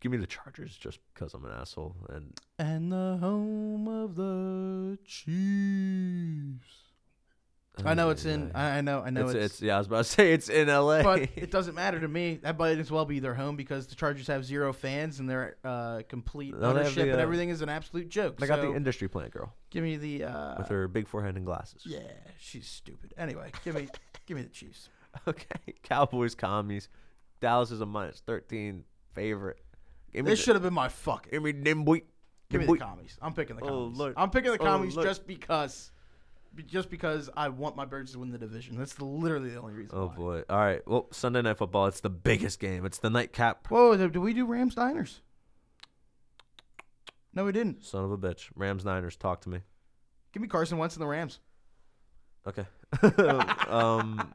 Speaker 1: Give me the Chargers just because I'm an asshole and
Speaker 2: And the home of the Chiefs. I know it's in. I I know. I know
Speaker 1: it's,
Speaker 2: it's.
Speaker 1: it's yeah. I was about to say it's in L.A.
Speaker 2: but it doesn't matter to me. That might as well be their home because the Chargers have zero fans and their uh, complete
Speaker 1: No, they have
Speaker 2: ownership
Speaker 1: the,
Speaker 2: and
Speaker 1: uh,
Speaker 2: everything is an absolute joke.
Speaker 1: they got
Speaker 2: So
Speaker 1: the industry plant girl
Speaker 2: give me the. Uh,
Speaker 1: with her big forehead and glasses.
Speaker 2: yeah, she's stupid. Anyway, give me give me the Chiefs.
Speaker 1: Okay, Cowboys commies. Dallas is a minus thirteen favorite. Give me
Speaker 2: This
Speaker 1: the-
Speaker 2: should have been my fuck.
Speaker 1: give me Nimbuy.
Speaker 2: Give me the commies. I'm picking the
Speaker 1: Oh,
Speaker 2: commies.
Speaker 1: Lord.
Speaker 2: I'm picking the
Speaker 1: Oh,
Speaker 2: commies
Speaker 1: Lord.
Speaker 2: just because, be- just because I want my birds to win the division. That's the, literally the only reason.
Speaker 1: Oh
Speaker 2: why.
Speaker 1: boy! All right. Well, Sunday night football. It's the biggest game. It's the nightcap.
Speaker 2: Whoa, did, did we do Rams Niners? No, we didn't.
Speaker 1: Son of a bitch. Rams Niners. Talk to me.
Speaker 2: Give me Carson Wentz and the Rams.
Speaker 1: Okay. um,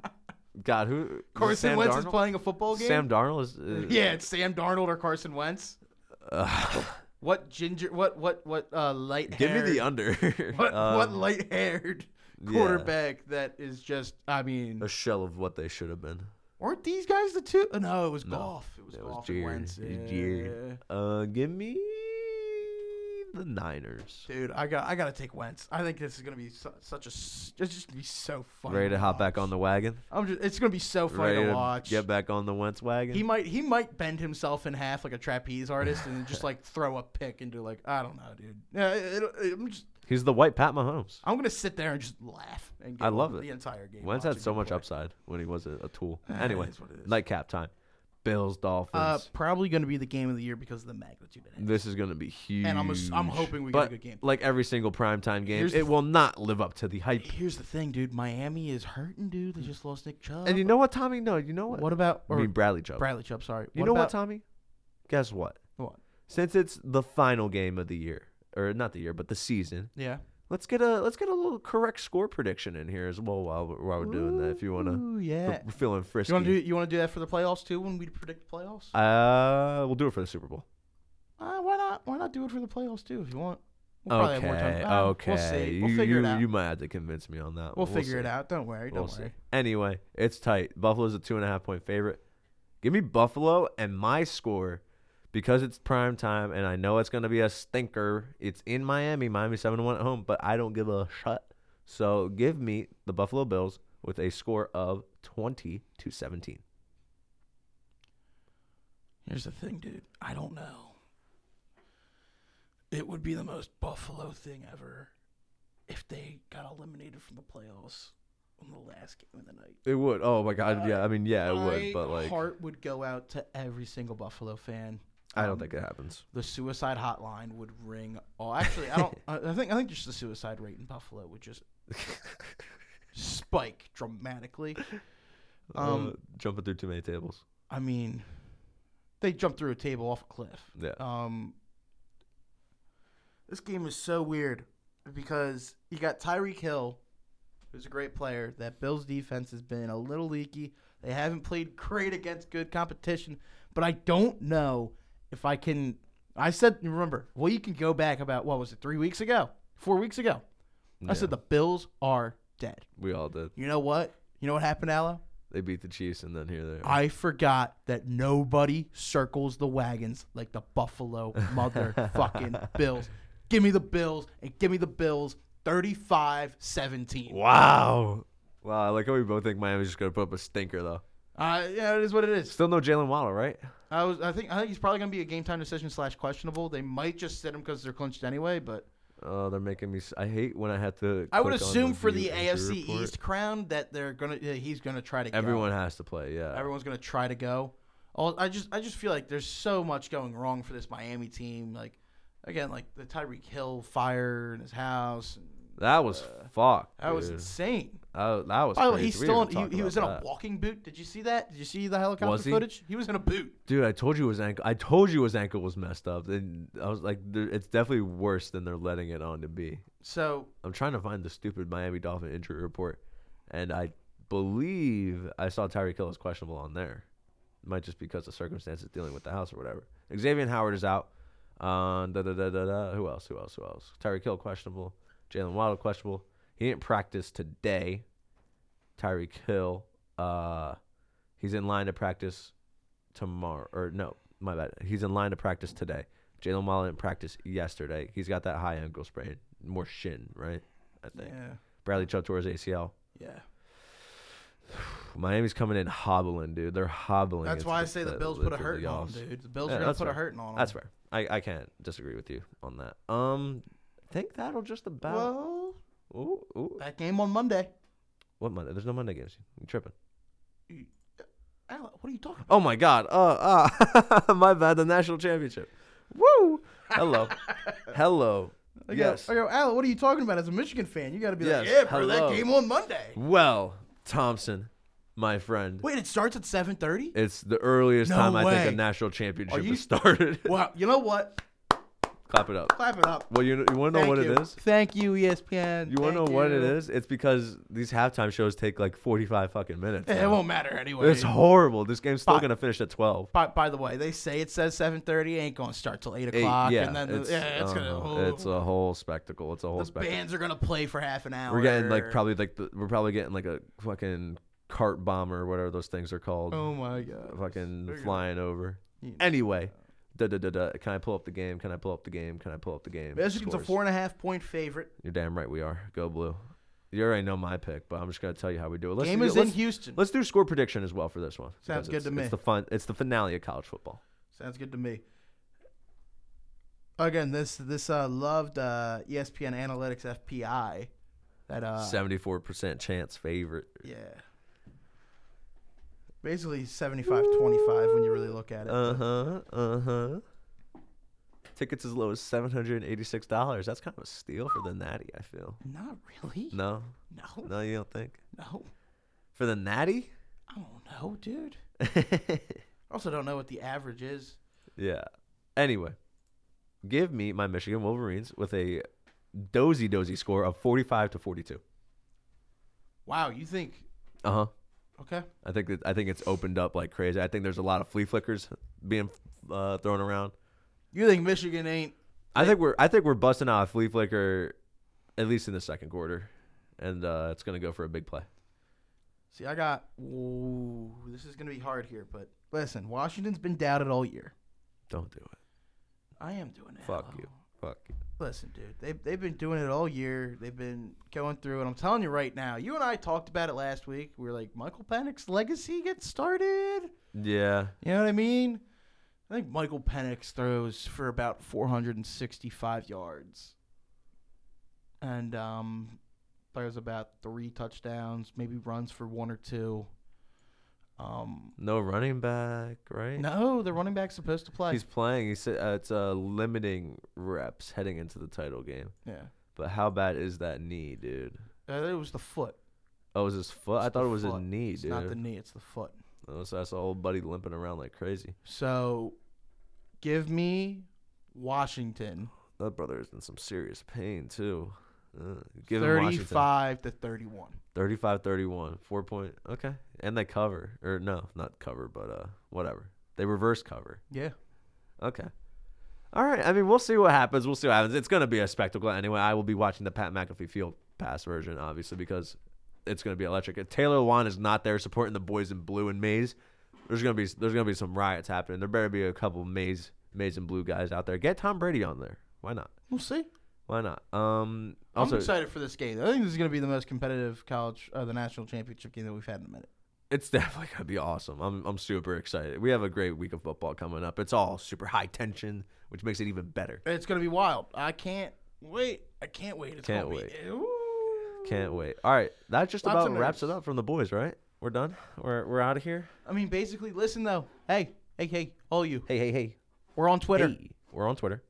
Speaker 1: God, who? is it
Speaker 2: Carson
Speaker 1: Sam
Speaker 2: Wentz
Speaker 1: Darnold?
Speaker 2: is playing a football game.
Speaker 1: Sam Darnold is. uh, is
Speaker 2: yeah, it's Sam Darnold or Carson Wentz. what ginger? What what what? Uh, light.
Speaker 1: Give me
Speaker 2: haired-
Speaker 1: the under.
Speaker 2: What what
Speaker 1: Um,
Speaker 2: light haired
Speaker 1: yeah.
Speaker 2: quarterback that is just? I mean,
Speaker 1: A shell of what they should have been.
Speaker 2: weren't these guys the two? oh, No, it was golf. It was
Speaker 1: It was
Speaker 2: golf and
Speaker 1: Jared.
Speaker 2: Wentz.
Speaker 1: It was
Speaker 2: yeah.
Speaker 1: Jared. Uh, give me the Niners.
Speaker 2: Dude, I got I gotta take Wentz. I think this is gonna be su- such a. s- It's just gonna be so fun.
Speaker 1: Ready to hop back
Speaker 2: watch.
Speaker 1: on the wagon?
Speaker 2: I'm just. It's gonna be so fun
Speaker 1: Ready
Speaker 2: to watch.
Speaker 1: get back on the Wentz wagon?
Speaker 2: He might he might bend himself in half like a trapeze artist and just like throw a pick into like I don't know, dude. Yeah, it, it- I'm just
Speaker 1: He's the white Pat Mahomes.
Speaker 2: I'm gonna sit there and just laugh. And get
Speaker 1: I love
Speaker 2: over
Speaker 1: it.
Speaker 2: the entire game.
Speaker 1: Wentz had
Speaker 2: watching
Speaker 1: so
Speaker 2: him
Speaker 1: much
Speaker 2: play.
Speaker 1: upside when he was a, a tool.
Speaker 2: Eh, it
Speaker 1: Anyway,
Speaker 2: is what it is.
Speaker 1: nightcap time. Bills, Dolphins.
Speaker 2: Uh, probably gonna be the game of the year because of the magnitude it has.
Speaker 1: this is going to be huge.
Speaker 2: I'm ass- I'm hoping we get a
Speaker 1: but
Speaker 2: good game.
Speaker 1: Like every single primetime game,
Speaker 2: Here's the
Speaker 1: it will not live up to the hype.
Speaker 2: Here's the thing, dude. Miami is hurting, dude. They just lost Nick Chubb.
Speaker 1: And you know what, Tommy? No, you know what?
Speaker 2: what about
Speaker 1: I
Speaker 2: or
Speaker 1: mean, Bradley Chubb.
Speaker 2: Bradley Chubb? Sorry.
Speaker 1: you know what,
Speaker 2: about-
Speaker 1: Tommy? Guess what?
Speaker 2: What?
Speaker 1: Since it's the final game of the year, or not the year, but the season,
Speaker 2: Yeah.
Speaker 1: let's get a let's get a little correct score prediction in here as well while we're, while we're doing that. If you wanna,
Speaker 2: Ooh, yeah.
Speaker 1: we're feeling frisky.
Speaker 2: You want to do you want to do that for the playoffs too? When we predict the playoffs?
Speaker 1: Uh, we'll do it for the Super Bowl.
Speaker 2: Uh, why not? Why not do it for the playoffs too? If you want. We'll probably have more time.
Speaker 1: okay.
Speaker 2: Uh,
Speaker 1: okay.
Speaker 2: We'll see. We'll
Speaker 1: you,
Speaker 2: figure
Speaker 1: you,
Speaker 2: it out.
Speaker 1: You might have to convince me on that.
Speaker 2: we'll,
Speaker 1: one.
Speaker 2: figure
Speaker 1: see.
Speaker 2: it out. Don't worry. Don't
Speaker 1: We'll see.
Speaker 2: worry.
Speaker 1: Anyway, it's tight. Buffalo's a two and a half point favorite. Give me Buffalo and my score because it's prime time and I know it's going to be a stinker. It's in Miami, Miami 7 to 1 at home, but I don't give a shut. So give me the Buffalo Bills with a score of 20 to 17.
Speaker 2: Here's the thing, dude. I don't know. It would be the most Buffalo thing ever if they got eliminated from the playoffs on the last game of the night.
Speaker 1: It would. Oh my God. Yeah. I mean, yeah, it would.
Speaker 2: My
Speaker 1: But like,
Speaker 2: heart would go out to every single Buffalo fan.
Speaker 1: I don't
Speaker 2: Um,
Speaker 1: think it happens.
Speaker 2: the suicide hotline would ring. Oh, actually, I don't. I I think I think just the suicide rate in Buffalo would just spike dramatically. Um,
Speaker 1: uh, jumping through too many tables.
Speaker 2: I mean, they jumped through a table off a cliff.
Speaker 1: Yeah.
Speaker 2: Um, this game is so weird because you got Tyreek Hill, who's a great player. That Bills defense has been a little leaky. They haven't played great against good competition, but I don't know if I can. I said, remember, well, you can go back about what was it, three weeks ago, four weeks ago. I said the Bills are dead.
Speaker 1: We all did.
Speaker 2: You know what? You know what happened, Allo?
Speaker 1: They beat the Chiefs and then here they are.
Speaker 2: I forgot that nobody circles the wagons like the Buffalo motherfucking Bills. Give me the Bills and give me the Bills 35 17.
Speaker 1: Wow. Wow, I like how we both think Miami's just gonna put up a stinker though.
Speaker 2: Uh, yeah, it is what it is.
Speaker 1: Still no Jalen Waddle, right?
Speaker 2: I was, I think, I think he's probably gonna be a game time decision slash questionable. They might just sit him because they're clinched anyway. But
Speaker 1: Oh, they're making me. s- I hate when I have to.
Speaker 2: I would
Speaker 1: click on
Speaker 2: assume for
Speaker 1: view
Speaker 2: the
Speaker 1: injury
Speaker 2: AFC
Speaker 1: report.
Speaker 2: East crown that they're gonna, yeah, he's gonna try to. go.
Speaker 1: everyone has to play. Yeah,
Speaker 2: everyone's gonna try to go. All, I just I just feel like there's so much going wrong for this Miami team. Like again, like the Tyreek Hill fire in his house. And
Speaker 1: that was fucked.
Speaker 2: uh, that was
Speaker 1: dude.
Speaker 2: insane.
Speaker 1: Oh, that was.
Speaker 2: By the way,
Speaker 1: crazy.
Speaker 2: he's
Speaker 1: We
Speaker 2: still
Speaker 1: didn't
Speaker 2: in,
Speaker 1: talk
Speaker 2: he, he
Speaker 1: about
Speaker 2: was in a
Speaker 1: that.
Speaker 2: walking boot. Did you see that? Did you see the helicopter
Speaker 1: Was he?
Speaker 2: footage? He was in a boot.
Speaker 1: Dude, I told you his ankle. I told you his ankle was messed up, and I was like, there- it's definitely worse than they're letting it on to be.
Speaker 2: So
Speaker 1: I'm trying to find the stupid Miami Dolphin injury report, and I believe I saw Tyreek Hill is questionable on there. might just because of circumstances dealing with the house or whatever. Xavier Howard is out. Uh, da, da, da, da, da. Who else? Who else? Who else? Tyreek Hill questionable. Jalen Waddle questionable. He didn't practice today. Tyreek Hill. Uh, he's in line to practice tomorrow. Or no, my bad. He's in line to practice today. Jalen Waddle didn't practice yesterday. He's got that high ankle sprain, more shin, right? I think.
Speaker 2: Yeah.
Speaker 1: Bradley Chubb towards ACL.
Speaker 2: Yeah.
Speaker 1: Miami's coming in hobbling, dude. They're hobbling.
Speaker 2: That's
Speaker 1: against
Speaker 2: why I say the Bills put a
Speaker 1: the
Speaker 2: hurting on
Speaker 1: Yoss.
Speaker 2: them, dude. The Bills
Speaker 1: Yeah,
Speaker 2: are going
Speaker 1: that's
Speaker 2: to put a
Speaker 1: fair.
Speaker 2: hurting on them.
Speaker 1: That's fair. I, I can't disagree with you on that. Um, I think that'll just about.
Speaker 2: Well,
Speaker 1: Ooh, ooh.
Speaker 2: that game on Monday.
Speaker 1: What Monday? There's no Monday games. You tripping?
Speaker 2: Al, what are you talking
Speaker 1: Oh my God. Uh, uh my bad. The national championship. Woo! Hello, hello.
Speaker 2: about?
Speaker 1: yes.
Speaker 2: I go, Al, what are you talking about? As a Michigan fan, you got to be like,
Speaker 1: Yes,
Speaker 2: yeah, bro,
Speaker 1: hello.
Speaker 2: that game on Monday.
Speaker 1: Well, Thompson, my friend.
Speaker 2: Wait, it starts at 7.30?
Speaker 1: It's the earliest
Speaker 2: No
Speaker 1: time I think
Speaker 2: way.
Speaker 1: a national championship
Speaker 2: you-
Speaker 1: has started.
Speaker 2: Wow. You know what?
Speaker 1: Clap it up.
Speaker 2: Clap it up.
Speaker 1: Well, you you want to know
Speaker 2: Thank
Speaker 1: what
Speaker 2: you.
Speaker 1: it is?
Speaker 2: Thank you, E ESPN.
Speaker 1: You want to know
Speaker 2: Thank
Speaker 1: what it
Speaker 2: you.
Speaker 1: is? It's because these halftime shows take like 45 fucking minutes.
Speaker 2: Eh, It
Speaker 1: now.
Speaker 2: won't matter anyway.
Speaker 1: It's horrible. This game's still
Speaker 2: Fuck.
Speaker 1: going to finish at 12.
Speaker 2: by, by the way, they say it says 7.30. Ain't going to start till 8
Speaker 1: Eight-
Speaker 2: o'clock. and then
Speaker 1: it's,
Speaker 2: the, yeah, it's
Speaker 1: I
Speaker 2: going
Speaker 1: don't
Speaker 2: to.
Speaker 1: know. It's a whole spectacle. It's a whole
Speaker 2: the
Speaker 1: spectacle.
Speaker 2: bands are going to play for half an hour.
Speaker 1: We're getting like probably like the, we're probably getting like a fucking cart bomber, whatever those things are called,
Speaker 2: Oh, my God.
Speaker 1: fucking
Speaker 2: gonna-
Speaker 1: flying over.
Speaker 2: You know.
Speaker 1: Anyway, da da da da. Can I pull up the game? Can I pull up the game? Can I pull up the game?
Speaker 2: Michigan's a
Speaker 1: Scores.
Speaker 2: four and a half point favorite.
Speaker 1: You're damn right we are. Go blue. You already know my pick, but I'm just gonna tell you how we do it. Let's
Speaker 2: Game
Speaker 1: do,
Speaker 2: is in
Speaker 1: let's,
Speaker 2: Houston.
Speaker 1: Let's do score prediction as well for this one.
Speaker 2: Sounds
Speaker 1: because it's-
Speaker 2: good to me.
Speaker 1: It's the fun. It's the finale of college football.
Speaker 2: Sounds good to me. Again, this this uh, loved uh, ESPN Analytics FPI. That uh,
Speaker 1: Seventy-four percent chance favorite.
Speaker 2: yeah. Basically 75-25 when you really look at it.
Speaker 1: Uh huh. Uh huh. Tickets as low as seven hundred and eighty-six dollars. That's kind of a steal for the Natty. I feel.
Speaker 2: Not really.
Speaker 1: No,
Speaker 2: No,
Speaker 1: no, you don't think
Speaker 2: no.
Speaker 1: for the Natty?
Speaker 2: I don't know, dude. I also don't know what the average is.
Speaker 1: yeah. Anyway, give me my Michigan Wolverines with a dozy dozy score of forty-five to forty-two.
Speaker 2: Wow, you think
Speaker 1: Uh huh.
Speaker 2: okay.
Speaker 1: I think that I think it's opened up like crazy. I think there's a lot of flea flickers being uh, thrown around.
Speaker 2: You think Michigan ain't
Speaker 1: I think we're I think we're busting out a flea flicker, at least in the second quarter, and uh, it's gonna go for a big play.
Speaker 2: See, I got ooh, this is gonna be hard here, but listen, Washington's been doubted all year.
Speaker 1: Don't do it.
Speaker 2: I am doing it.
Speaker 1: Fuck
Speaker 2: Hello.
Speaker 1: you. Fuck you.
Speaker 2: Listen, dude, they they've been doing it all year. They've been going through, and I'm telling you right now, you and I talked about it last week. We were like, Michael Penix's legacy gets started.
Speaker 1: Yeah.
Speaker 2: You know what I mean? I think Michael Penix throws for about 465 yards, and um, throws about three touchdowns. Maybe runs for one or two. Um,
Speaker 1: No running back, right?
Speaker 2: no, the running back's supposed to play.
Speaker 1: He's playing. He's uh, it's uh, limiting reps heading into the title game.
Speaker 2: yeah,
Speaker 1: But how bad is that knee, dude?
Speaker 2: uh, it was the foot.
Speaker 1: Oh, it was his foot? I
Speaker 2: It's
Speaker 1: thought
Speaker 2: the
Speaker 1: it was his
Speaker 2: foot.
Speaker 1: knee,
Speaker 2: It's
Speaker 1: dude.
Speaker 2: not the knee. It's the foot.
Speaker 1: Oh, so I saw old buddy limping around like crazy.
Speaker 2: So give me Washington
Speaker 1: That brother is in some serious pain too. Uh, give him Washington.
Speaker 2: 35 to 31.
Speaker 1: 35 31 4 point okay and they cover or no not cover but uh whatever they reverse cover
Speaker 2: Yeah.
Speaker 1: okay all right i mean we'll see what happens we'll see what happens it's gonna be a spectacle anyway i will be watching the pat mcafee field pass version obviously because it's gonna be electric if taylor Wan is not there supporting the boys in blue and maize there's gonna be there's gonna be some riots happening there better be a couple maize maize and blue guys out there get tom brady on there why not
Speaker 2: We'll see.
Speaker 1: why not um also
Speaker 2: I'm excited for this game. I think this is going to be the most competitive college, uh, the national championship game that we've had in a minute.
Speaker 1: It's definitely gonna be awesome. I'm I'm super excited. We have a great week of football coming up. It's all super high tension, which makes it even better.
Speaker 2: It's going to be wild. I can't wait. I can't wait. It's
Speaker 1: Can't
Speaker 2: gonna
Speaker 1: wait.
Speaker 2: Be, Ooh.
Speaker 1: Can't wait. All right, that just
Speaker 2: Lots
Speaker 1: about
Speaker 2: of
Speaker 1: wraps it
Speaker 2: nerves.
Speaker 1: up from the boys, right? We're done. We're we're out of here.
Speaker 2: I mean, basically, listen, though. Hey, hey, hey, all you.
Speaker 1: Hey hey hey.
Speaker 2: We're on Twitter
Speaker 1: hey. We're on Twitter.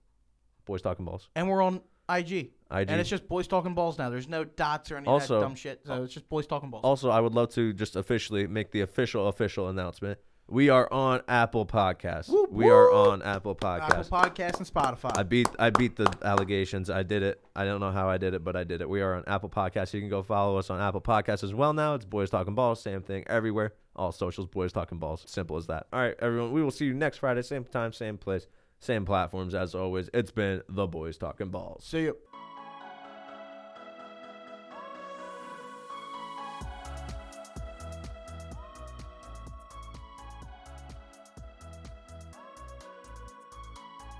Speaker 1: Boys talking balls.
Speaker 2: and we're on IG.
Speaker 1: IG.
Speaker 2: And it's just boys talking balls now. There's no dots or any of
Speaker 1: Also- uh,
Speaker 2: that dumb shit. So it's just boys talking balls.
Speaker 1: Also, I would love to just officially make the official official announcement. We are on Apple Podcasts.
Speaker 2: Whoop,
Speaker 1: we are
Speaker 2: whoop.
Speaker 1: on Apple Podcasts.
Speaker 2: Apple Podcasts and Spotify.
Speaker 1: I beat I beat the allegations. I did it. I don't know how I did it, but I did it. We are on Apple Podcasts. You can go follow us on Apple Podcasts as well now. It's Boys Talking Balls, same thing everywhere. all socials, boys talking balls. Simple as that. All right, everyone. We will see you next Friday, same time, same place, same platforms. As always, it's been the boys talking balls.
Speaker 2: See you.